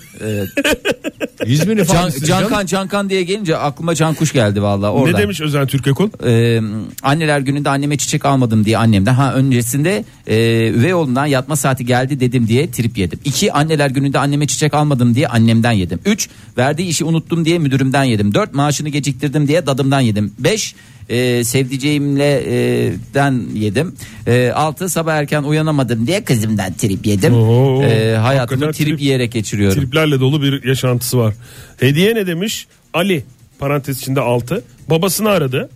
C: İzmir
B: can,
C: ifadesi canım.
B: Cankan Cankan diye gelince aklıma can kuş geldi
D: Ne
B: vallahi orada.
D: demiş Özen Türkekul?
B: E, anneler gününde anneme çiçek almadım diye annemden. Ha öncesinde e, üvey oğlundan yatma saati geldi dedim diye trip yedim. İki anneler gününde anneme çiçek almadım diye annemden yedim. Üç verdiği işi unuttum diye müdürümden yedim. Dört maaşını geciktirdim diye dadımdan yedim. Beş e, sevdiceğimle e, den yedim. E, altı sabah erken uyanamadım diye kızımdan trip yedim.
D: Oo,
B: E, hayatımı
D: hakikaten
B: trip,
D: trip-
B: yiyerek geçiriyorum.
D: Triplerle dolu bir yaşantısı var. Hediye ne demiş? Ali parantez içinde 6. Babasını aradı.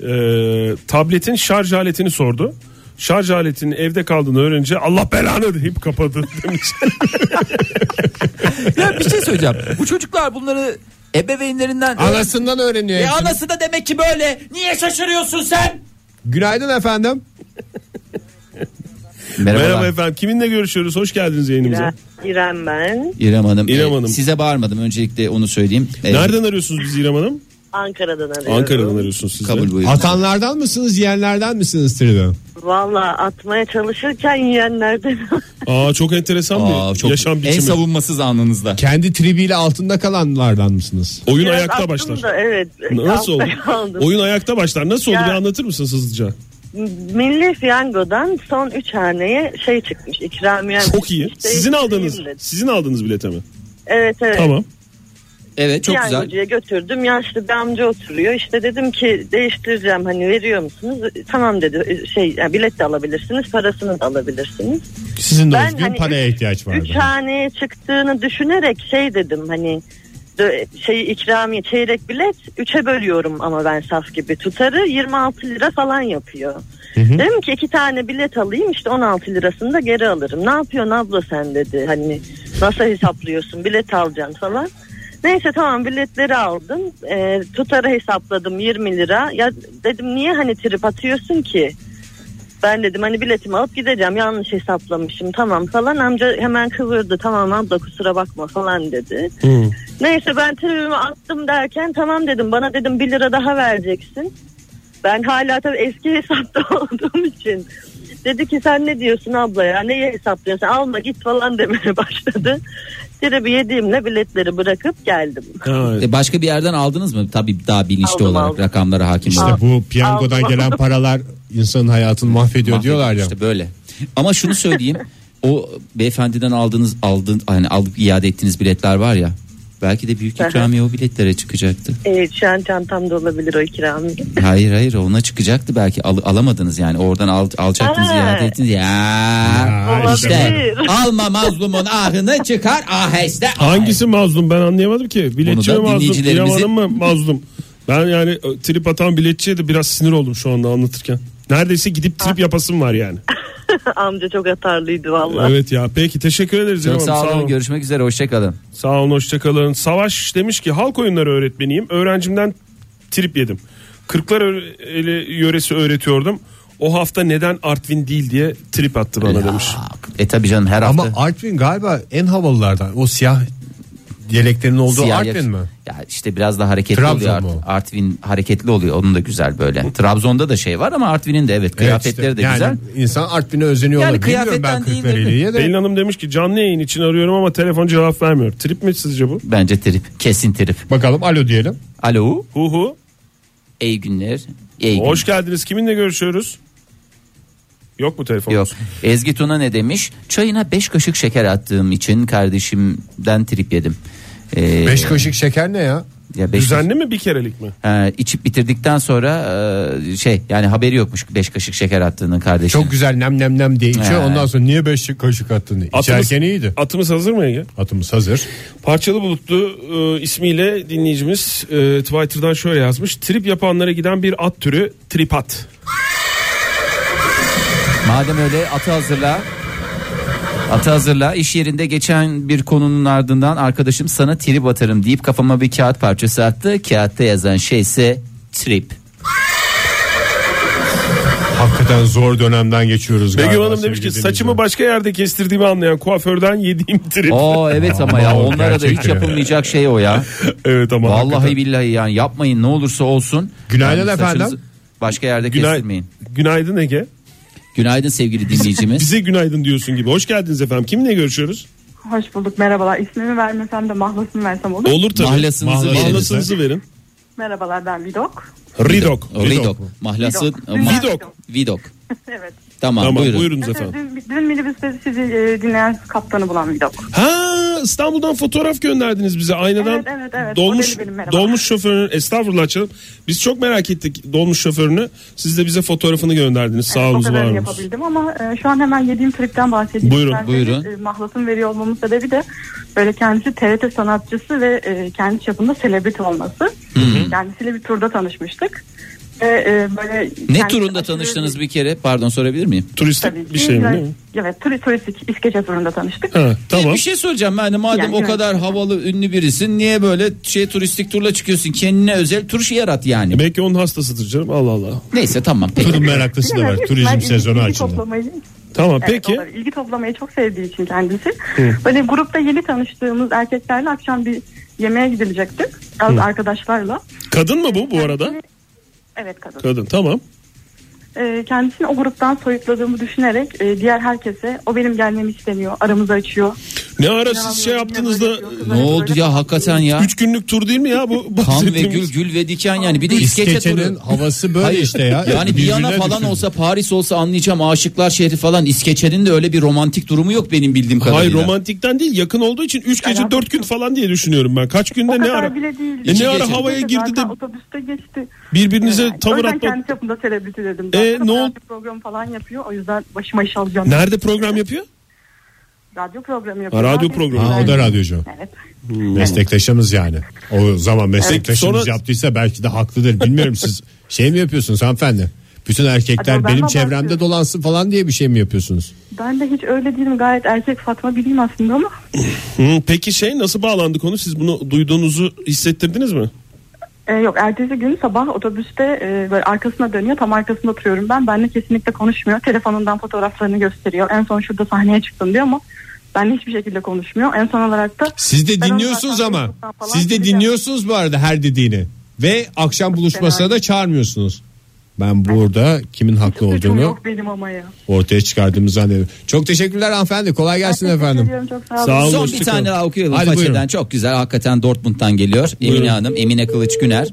D: Ee, tabletin şarj aletini sordu. Şarj aletinin evde kaldığını öğrenince Allah belanı deyip kapadı (laughs) demiş.
B: ya bir şey söyleyeceğim. Bu çocuklar bunları ebeveynlerinden
C: Anasından öğreniyor.
B: E
C: hepsini.
B: anası da demek ki böyle. Niye şaşırıyorsun sen?
C: Günaydın efendim.
B: Merhabalar.
D: Merhaba efendim. Kiminle görüşüyoruz? Hoş geldiniz yayınımıza.
H: İrem ben.
B: İrem Hanım.
D: İrem
B: e,
D: Hanım.
B: size bağırmadım. Öncelikle onu söyleyeyim. E,
D: Nereden arıyorsunuz biz İrem Hanım?
H: Ankara'dan arıyorum.
D: Ankara'dan arıyorsunuz siz de.
B: Ee, Kabul buyurun.
C: Atanlardan mısınız yiyenlerden misiniz Trivia?
H: Valla atmaya çalışırken yiyenlerden.
D: Aa çok enteresan
B: Aa,
D: bir
B: çok
D: yaşam
B: en
D: biçimi.
B: savunmasız anınızda.
C: Kendi tribiyle altında kalanlardan mısınız?
D: Oyun
H: Biraz
D: ayakta
H: attım
D: başlar.
H: da, evet.
D: Nasıl
H: (laughs)
D: oldu?
H: Altta kaldım.
D: Oyun ayakta başlar. Nasıl oldu?
H: Ya-
D: Bir anlatır mısınız hızlıca?
H: Milli Fiyango'dan son 3 haneye şey çıkmış. İkramiye.
D: Çok iyi.
H: İşte
D: Sizin aldığınız
H: ikramiye dedi.
D: sizin aldığınız bilete mi?
H: Evet evet.
D: Tamam.
B: Evet çok güzel.
H: Piyangocuya götürdüm. Yaşlı bir amca oturuyor. İşte dedim ki değiştireceğim hani veriyor musunuz? Tamam dedi. Şey yani bilet de alabilirsiniz, parasını da alabilirsiniz.
C: Sizin de
H: Ben
C: özgün
H: hani
C: paraya
H: üç-
C: ihtiyaç vardı.
H: Üç haneye çıktığını düşünerek şey dedim hani dö- şey ikramiye çeyrek bilet 3'e bölüyorum ama ben saf gibi tutarı 26 lira falan yapıyor. Dedim ki iki tane bilet alayım işte 16 lirasını da geri alırım. Ne yapıyorsun abla sen dedi. Hani nasıl hesaplıyorsun bilet alacaksın falan. Neyse tamam biletleri aldım. Ee, tutarı hesapladım 20 lira. Ya dedim niye hani trip atıyorsun ki? Ben dedim hani biletimi alıp gideceğim yanlış hesaplamışım tamam falan amca hemen kıvırdı tamam abla kusura bakma falan dedi. Neyse ben tribimi attım derken tamam dedim bana dedim 1 lira daha vereceksin. Ben hala tabii eski hesapta (laughs) olduğum için dedi ki sen ne diyorsun abla ya neyi hesaplıyorsun alma git falan demeye (laughs) başladı. Tribi yediğimle biletleri bırakıp geldim.
D: Ha,
B: E, başka bir yerden aldınız mı? Tabii daha bilinçli
H: Aldım,
B: olarak
H: aldım.
B: rakamlara hakim.
C: İşte
B: olun.
H: Al-
C: bu piyangodan
H: aldım.
C: gelen paralar insanın hayatını mahvediyor diyorlar ya.
B: İşte böyle. Ama şunu söyleyeyim. o beyefendiden aldığınız aldığın hani alıp iade ettiğiniz biletler var ya. Belki de büyük
H: Aha.
B: ikramiye o biletlere çıkacaktı.
H: Evet E, şu an çantamda olabilir o ikramiye.
B: Hayır hayır ona çıkacaktı belki al, alamadınız yani oradan al, alacaktınız
H: Ha.
B: iade ettiniz ya. işte
H: olabilir. (laughs)
B: alma mazlumun ahını çıkar aheste.
D: Hangisi mazlum ben anlayamadım ki. Biletçi mi
B: Bunu da
D: mazlum? İrem
B: dinleyicilerimizin-
D: Hanım mı mazlum? Ben yani e, trip atan biletçiye de biraz sinir oldum şu anda anlatırken. Neredeyse gidip trip yapasım var yani.
H: amca çok atarlıydı valla.
D: Evet ya peki teşekkür ederiz İrem
B: Çok
D: Hanım.
B: sağ olun görüşmek üzere hoşçakalın.
D: Sağ olun hoşçakalın. Savaş demiş ki halk oyunları öğretmeniyim. Öğrencimden trip yedim. Kırklar ö- eli- yöresi öğretiyordum. O hafta neden Artvin değil diye trip attı bana demiş.
B: E tabi canım her
C: Ama
B: hafta.
C: Artvin galiba en havalılardan. O siyah diyaleklerin olduğu
B: siyah
C: Artvin
B: yakış-
C: mi?
B: Ya işte biraz da hareketli
C: Trabzon
B: oluyor. Art-
C: mu?
B: Artvin hareketli oluyor. Onun da güzel böyle. Trabzon'da da şey var ama Artvin'in de evet kıyafetleri
C: Evet işte.
B: de güzel.
C: yani insan Artvin'e özeniyor
B: Yani
C: olabilir. Bilmiyorum ben
B: kıyafetten değil de-
C: Kırklareli'yi de.
D: Pelin Hanım demiş ki canlı yayın için arıyorum ama telefon cevap vermiyor. Trip mi sizce bu?
B: Bence trip. Kesin trip.
C: Bakalım alo diyelim.
B: Alo.
D: Hu hu.
B: İyi günler. İyi günler.
D: Hoş geldiniz. Kiminle görüşüyoruz? Yok mu telefon?
B: Yok. Ezgi Tuna ne demiş? Çayına 5 kaşık şeker attığım için kardeşimden trip yedim. Ee,
C: Beş kaşık şeker ne ya?
B: ya beş kaşık-
D: Düzenli mi bir kerelik mi?
B: Ha, Ee, içip bitirdikten sonra e, şey yani haberi yokmuş 5 kaşık şeker attığının kardeşinin.
C: Çok güzel nem nem nem diye içiyor.
B: He.
C: Ondan sonra niye beş kaşık attın? diye. İçerken iyiydi.
D: Atımız hazır mı Ege?
C: Atımız hazır.
D: Parçalı Bulutlu e, ismiyle dinleyicimiz e, Twitter'dan şöyle yazmış. Trip yapanlara giden bir at türü tripat.
B: Madem öyle atı hazırla. Atı hazırla. İş yerinde geçen bir konunun ardından arkadaşım sana trip atarım deyip kafama bir kağıt parçası attı. Kağıtta yazan şey ise trip.
C: Hakikaten zor dönemden geçiyoruz
D: Begüm
C: galiba
D: Hanım demiş ki
C: sevgili
D: saçımı
C: dinleyiciler.
D: başka yerde kestirdiğimi anlayan kuaförden yediğim trip.
B: Oo evet
C: (laughs)
B: ama ya
C: Aman,
B: onlara da hiç
C: gerçekten.
B: yapılmayacak
C: (laughs)
B: şey o ya.
D: (laughs) evet ama
B: Vallahi
D: hakikaten.
B: billahi yani yapmayın ne olursa olsun.
C: Günaydın
B: Yani saçınızı
C: efendim.
B: Başka yerde
D: Günay-
B: kestirmeyin.
D: günaydın Ege.
B: Günaydın sevgili
C: (laughs)
B: dinleyicimiz.
D: Bize günaydın diyorsun gibi. Hoş geldiniz efendim. Kimle görüşüyoruz?
G: Hoş bulduk merhabalar. İsmimi vermesem de mahlasını versem olur.
D: Olur tabii.
B: Mahlasınızı verin.
D: Mahlasınızı verin.
G: Merhabalar ben Vidok.
D: Ridok.
B: Ridok. Mahlası.
G: Vidok.
B: Ma-
G: Vidok.
B: Vidok.
G: Evet.
B: Tamam,
D: Tamam
B: buyurun.
D: buyurunuz
G: Evet,
D: efendim.
G: dün, dün minibüste sizi e, dinleyen kaptanı bulan vlog.
D: Ha İstanbul'dan fotoğraf gönderdiniz bize aynadan.
G: Evet, evet, evet.
D: Dolmuş
G: Modeli benim, merhaba.
D: dolmuş şoförünü estağfurullah açalım. Biz çok merak ettik dolmuş şoförünü. Siz de bize fotoğrafını gönderdiniz. Sağ
G: O
D: olun var
G: kadar
D: olun.
G: yapabildim ama e, şu an hemen yediğim tripten bahsedeyim.
D: Buyurun,
G: İsterseniz,
B: buyurun.
G: e, mahlasın veriyor olmamın sebebi de böyle kendisi TRT sanatçısı ve e, kendi çapında selebrit olması. Kendisiyle bir turda tanışmıştık. Ve, e, böyle
B: Ne
G: kendisi
B: turunda
G: aşırı-
B: tanıştınız bir kere? Pardon sorabilir miyim?
D: Turistik
G: Tabii
D: bir
G: ki.
D: şey mi?
G: Yani-
D: değil mi?
G: Evet turi- turistik İskeçe turunda tanıştık.
D: Ha, tamam.
B: Bir şey soracağım yani madem
G: Yani
B: o
G: evet.
B: kadar havalı ünlü birisin niye böyle şey turistik turla çıkıyorsun? Kendine özel tur şey yarat yani.
D: Belki onun hastasıdır canım. Allah Allah.
B: Neyse tamam. peki.
C: Turun meraklısı da var.
G: Bilemem,
C: Turizm
G: ilgi-
C: sezonu
G: ilgi
C: açıldı.
G: toplamayı-
D: Tamam
G: Evet,
D: peki.
G: olabilir. İlgi toplamayı çok sevdiği için kendisi. Böyle grupta yeni tanıştığımız erkeklerle akşam bir yemeğe gidilecektik. Az arkadaşlarla.
D: Kadın mı bu bu arada?
G: Evet kadın.
D: Kadın tamam.
G: Ee, kendisini o gruptan soyutladığımı düşünerek e, diğer herkese o benim gelmemi istemiyor. Aramızı açıyor.
D: Ne ara siz şey yaptınız da
B: Ne oldu ya
G: şey.
B: hakikaten ya?
D: 3 günlük tur değil mi ya bu?
B: Kan ve
D: bahsettiğimiz?
B: gül, gül ve diken yani bir de iskeçe
C: İskeçe'nin
B: turu.
C: havası böyle
B: Hayır,
C: işte ya.
B: Yani Viyana
C: Birbirine
B: falan
C: düşün.
B: olsa Paris olsa anlayacağım aşıklar şehri falan İskeçe'nin de öyle bir romantik durumu yok benim bildiğim kadarıyla.
D: Hayır romantikten değil yakın olduğu için 3 gece 4 gün falan diye düşünüyorum ben. Kaç günde
G: O
D: ne
G: kadar
D: ara?
G: bile değil.
D: E
G: İki
D: ne ara
B: gece.
D: havaya
G: Zaten
D: girdi de
G: Otobüste geçti.
D: birbirinize tavır
G: O yüzden
D: atma.
G: kendi yapımda selebriti dedim.
D: E,
G: Zaten
D: ne
G: radyo
D: oldu?
G: Programı falan yapıyor. O yüzden başıma iş alacağım.
D: Nerede program yapıyor?
G: Radyo programı
D: Ha,
G: yapıyor.
D: radyo
G: Ben-
D: programı.
C: Ha, o da radyocu.
G: Evet.
C: Meslektaşımız yani. O zaman meslektaşımız
D: Sonra-
C: yaptıysa belki de haklıdır. Bilmiyorum siz şey mi yapıyorsunuz hanımefendi? Bütün erkekler
G: Acaba
C: benim
G: ben
C: çevremde
G: bakıyorum.
C: dolansın falan diye bir şey mi yapıyorsunuz?
G: Ben de hiç öyle değilim. Gayet erkek Fatma bileyim aslında ama
D: Hı, peki şey nasıl bağlandı konu? Siz bunu duyduğunuzu hissettirdiniz mi?
G: E, yok ertesi gün sabah otobüste e, böyle arkasına dönüyor tam arkasında oturuyorum ben benle kesinlikle konuşmuyor telefonundan fotoğraflarını gösteriyor en son şurada sahneye çıktım diyor ama benle hiçbir şekilde konuşmuyor en son olarak da
C: Siz de
G: Ben onu
C: dinliyorsunuz
G: zaten
C: ama.
G: Facebook'tan falan
C: Siz de
G: sileceğim.
C: dinliyorsunuz bu arada her dediğini. Ve akşam buluşmasına da çağırmıyorsunuz. Ben burada kimin haklı
G: suçum
C: olduğunu
G: yok benim ama ya
C: ortaya çıkardım zannediyorum. Çok teşekkürler hanımefendi. Kolay gelsin
G: Teşekkür
C: efendim.
G: ediyorum, çok sağ olun.
D: Sağ olun.
B: Son bir
D: hoşça
B: tane
D: kalın.
B: daha okuyalım.
C: Hadi
B: Façeden
C: buyurun.
B: çok güzel hakikaten Dortmund'dan geliyor. Emine Hanım, Emine Kılıç Güner.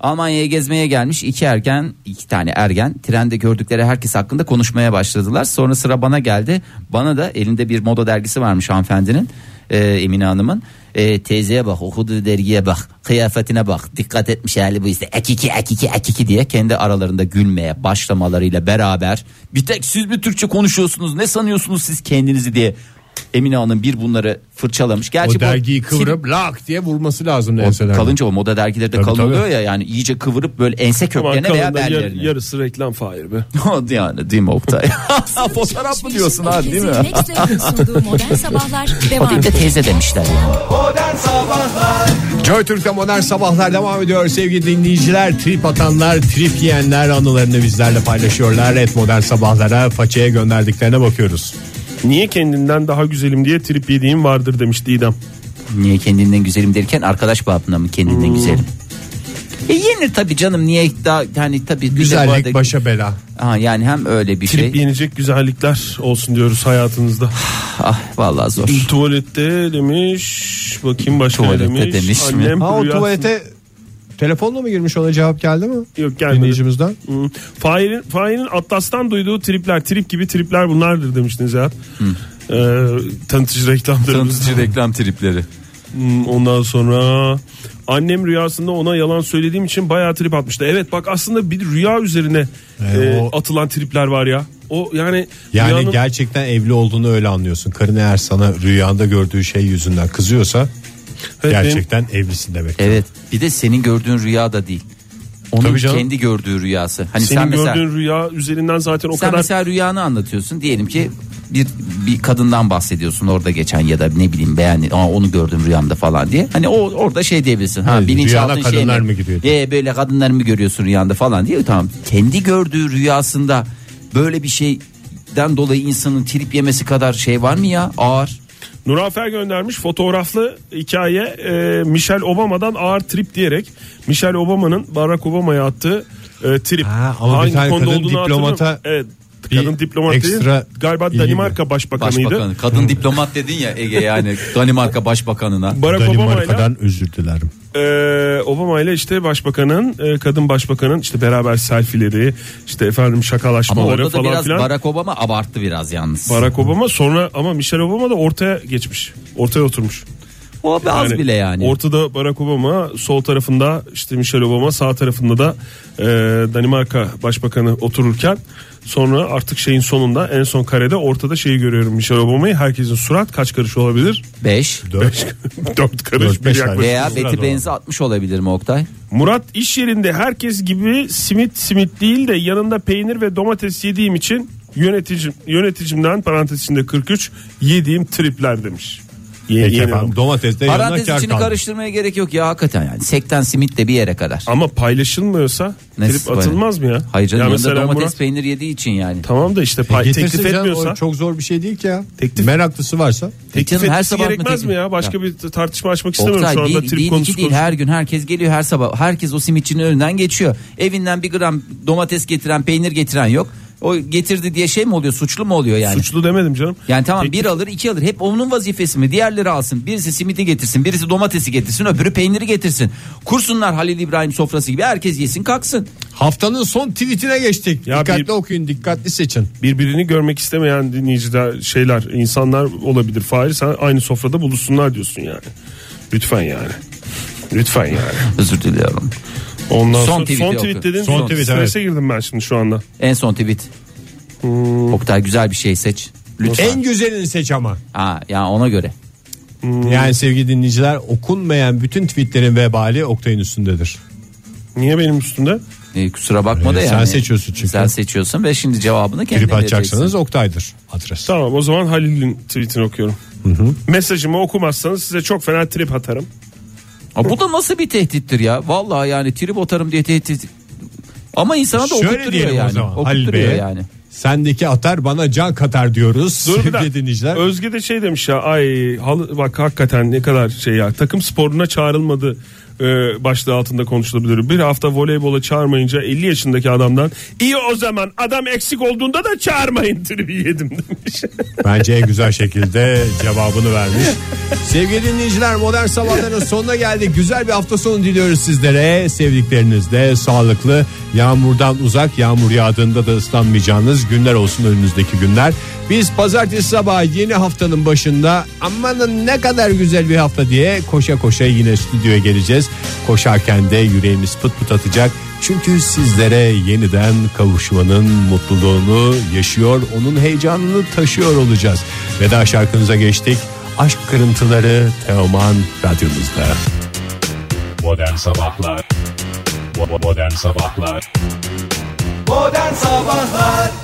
B: Almanya'ya gezmeye gelmiş iki erken iki tane ergen trende gördükleri herkes hakkında konuşmaya başladılar. Sonra sıra bana geldi. Bana da elinde bir moda dergisi varmış hanımefendinin e, Emine Hanım'ın. E, teyzeye bak okuduğu dergiye bak kıyafetine bak dikkat etmiş hali bu işte ekiki ekiki ekiki diye kendi aralarında gülmeye başlamalarıyla beraber bir tek siz bir Türkçe konuşuyorsunuz ne sanıyorsunuz siz kendinizi diye Emine Hanım bir bunları fırçalamış. Gerçi
C: O
B: bu
C: dergiyi
B: sil-
C: kıvırıp lak diye vurması lazım
B: O
C: enselerine.
B: kalınca o moda dergileri de
C: Tabii,
B: kalın
C: tabii.
B: oluyor ya yani iyice kıvırıp böyle ense
D: Tamam,
B: köklerine veya
D: kalın da yar-
B: bellerine.
D: yarısı reklam fire be.
B: (laughs) O yani değil mi Oktay? (laughs) Fotoğraf mı
G: şey
B: diyorsun ha değil mi?
I: Next'in sunduğu modern sabahlar
B: O
I: devam
B: değil de teyze demişler.
C: Joy Türk'te modern sabahlar devam ediyor. Sevgili dinleyiciler, trip atanlar, trip yiyenler anılarını bizlerle paylaşıyorlar. Et modern sabahlara façaya gönderdiklerine bakıyoruz.
D: Niye kendinden daha güzelim diye trip yediğim vardır demiş Didem.
B: Niye kendinden güzelim derken arkadaş babına mı kendinden
C: Hmm.
B: güzelim? E yenir tabii canım niye daha yani tabii bir de bu
C: Güzellik
B: arada-
C: başa bela.
B: Ha, yani hem öyle bir
D: Trip
B: şey.
D: yenecek güzellikler olsun diyoruz hayatınızda.
B: Ah vallahi zor.
D: Tuvalette demiş. Bakayım başka
B: Tuvalette
D: demiş.
B: demiş mi?
D: Annem
C: Ha o
D: rüyasında-
C: tuvalete telefonla mı girmiş ona cevap geldi mi?
D: Yok gelmedi.
C: Dinleyicimizden.
D: Hı. Fahir'in, Fahir'in Atlas'tan duyduğu tripler, trip gibi tripler bunlardır demiştiniz ya. Ee, tanıtıcı reklamlarımız.
B: reklam tripleri.
D: Hmm, Ondan sonra annem rüyasında ona yalan söylediğim için bayağı trip atmıştı. Evet bak aslında bir rüya üzerine e,
C: o-
D: atılan tripler var ya. O yani
C: Yani
D: rüyanın-
C: gerçekten evli olduğunu öyle anlıyorsun. Karın eğer sana rüyanda gördüğü şey yüzünden kızıyorsa
D: Evet, benim-
C: gerçekten evlisin demek.
B: Evet. Bir de senin gördüğün rüya da değil. Onun
C: Tabii canım.
B: kendi gördüğü rüyası. Hani
D: senin
B: sen mesela
D: gördüğün rüya üzerinden zaten o
B: sen
D: kadar
B: mesela rüyanı anlatıyorsun. Diyelim ki bir bir kadından bahsediyorsun orada geçen ya da ne bileyim beğendin. Aa onu gördüm rüyamda falan diye. Hani o orada şey diyebilirsin. Ha
C: Hayır,
B: bilinçaltın
C: rüyana kadınlar mı giriyor diye.
B: E, böyle kadınlar mı görüyorsun rüyanda falan diye. Tamam. Kendi gördüğü rüyasında böyle bir şeyden dolayı insanın trip yemesi kadar şey var mı ya? Ağır.
D: Nurafer göndermiş fotoğraflı hikaye e, Michelle Obama'dan ağır trip diyerek Michelle Obama'nın Barack Obama'ya attığı e, trip.
C: Ha, ama bir tane kadın diplomata
D: hatırlıyorum. Evet, Kadın diplomat
C: ekstra
D: değil, galiba
C: ilgi
D: Danimarka başbakanıydı.
B: Başbakanı. Kadın (laughs) diplomat dedin ya Ege yani Danimarka başbakanına.
D: Barack Obama'yla
C: Danimarka'dan özür dilerim.
D: e, Obama ile işte başbakanın e, kadın başbakanın işte beraber selfileri işte efendim
B: Ama
D: şakalaşmaları
B: orada da
D: falan
B: biraz
D: filan.
B: Barack Obama abarttı biraz yalnız.
D: Barack Obama sonra ama Michelle Obama da ortaya geçmiş. Ortaya oturmuş.
B: o abi az
D: Yani
B: bile yani.
D: Ortada Barack Obama sol tarafında işte Michelle Obama sağ tarafında da e, Danimarka Başbakanı otururken sonra artık şeyin sonunda en son karede ortada şeyi görüyorum Michelle Obama'yı herkesin surat kaç karış olabilir? (laughs)
B: 5
D: Beş, dört karış
C: Dört,
D: bir
C: beş
D: yaklaşık.
C: tane.
B: veya Beti Benz'i atmış olabilir mi Oktay?
D: Murat iş yerinde herkes gibi simit simit değil de yanında peynir ve domates yediğim için yöneticim yöneticimden parantez içinde 43 yediğim tripler demiş. Ye-
C: Peki
D: yeniyorum.
C: efendim domates de yanına
B: Parantez
C: kar
B: içini
C: kaldı.
B: karıştırmaya gerek yok ya hakikaten yani. Sekten simit de bir yere kadar.
D: Ama paylaşılmıyorsa
B: Nasıl
D: trip atılmaz mı ya?
B: Hayır canım
D: ya
B: yanında
D: mesela
B: domates E,
D: Murat-
B: peynir yediği için yani.
D: Tamam da işte pay,
C: Getirsin
D: teklif
C: canım,
D: etmiyorsa
C: o çok zor bir şey değil ki ya.
D: Teklif-
C: Meraklısı varsa.
D: teklif
B: Canım, e, her
D: etmesi
B: sabah mı
D: gerekmez
B: teklif-
D: mi ya? Başka
B: Ya.
D: bir tartışma açmak istemiyorum
B: Oktay
D: şu anda
B: değil,
D: trip
B: değil
D: konusu.
B: iki değil her gün herkes geliyor her sabah herkes o simitçinin önünden geçiyor. Evinden bir gram domates getiren peynir getiren yok. O getirdi diye şey mi oluyor suçlu mu oluyor yani?
D: Suçlu demedim canım.
B: Yani tamam
D: Teklif-
B: bir alır iki alır hep onun vazifesi mi diğerleri alsın birisi simidi getirsin birisi domatesi getirsin öbürü peyniri getirsin. Kursunlar Halil İbrahim sofrası gibi herkes yesin kalksın.
C: Haftanın son tweetine geçtik.
D: Ya
C: dikkatli
D: bir-
C: okuyun dikkatli seçin.
D: birbirini görmek istemeyen dinleyiciler şeyler insanlar olabilir. Fahir sen aynı sofrada buluşsunlar diyorsun yani. Lütfen yani. Lütfen yani.
B: Özür diliyorum
D: Ondan
B: Son
D: sonra,
B: tweet'i
D: son
B: oku.
D: tweet dedin.
B: Son
D: Son
C: tweet,
D: tweet Strese girdim ben şimdi şu anda.
B: en son tweet. Oktay güzel bir şey seç. Lütfen.
C: Hmm. En güzelini seç ama.
B: Ha ya ona göre.
D: Hmm.
C: Yani sevgili dinleyiciler okunmayan bütün tweetlerin vebali Oktay'ın üstündedir.
D: Niye benim üstümde?
B: E, kusura bakma da
C: Ee, sen
B: yani.
C: seçiyorsun çünkü.
B: Sen seçiyorsun ve şimdi cevabını kendin
C: Grip
B: vereceksin.
C: açacaksanız Oktay'dır adres.
D: Tamam o zaman Halil'in tweetini okuyorum. Mesajımı okumazsanız size çok fena trip atarım.
B: Ha, bu da nasıl bir tehdittir ya? Vallahi yani trip atarım diye tehdit. Ama insana da
C: Şöyle
B: okutturuyor
C: diyelim
B: yani.
C: o zaman Halil
B: Okutturuyor
C: Bey'e.
B: yani.
C: Sendeki atar bana can katar diyoruz.
D: Dur bir
C: sevgili
D: dakika.
C: dinleyiciler.
D: Özge de şey demiş ya ay halı, bak hakikaten ne kadar şey ya takım sporuna çağrılmadı e, başlığı altında konuşulabilir. Bir hafta voleybola çağırmayınca 50 yaşındaki adamdan iyi o zaman adam eksik olduğunda da çağırmayın (laughs) tribi yedim demiş.
C: Bence en güzel şekilde cevabını vermiş. Sevgili dinleyiciler modern sabahların (laughs) sonuna geldik. Güzel bir hafta sonu diliyoruz sizlere. Sevdiklerinizle sağlıklı, yağmurdan uzak, yağmur yağdığında da ıslanmayacağınız günler olsun önünüzdeki günler. Biz pazartesi sabahı yeni haftanın başında amanın ne kadar güzel bir hafta diye koşa koşa yine stüdyoya geleceğiz. Koşarken de yüreğimiz pıt pıt atacak. Çünkü sizlere yeniden kavuşmanın mutluluğunu yaşıyor, onun heyecanını taşıyor olacağız. Veda şarkınıza geçtik. Aşk kırıntıları Teoman radyomuzda.
J: Modern Sabahlar Bo- bo- Modern Sabahlar
F: Modern Sabahlar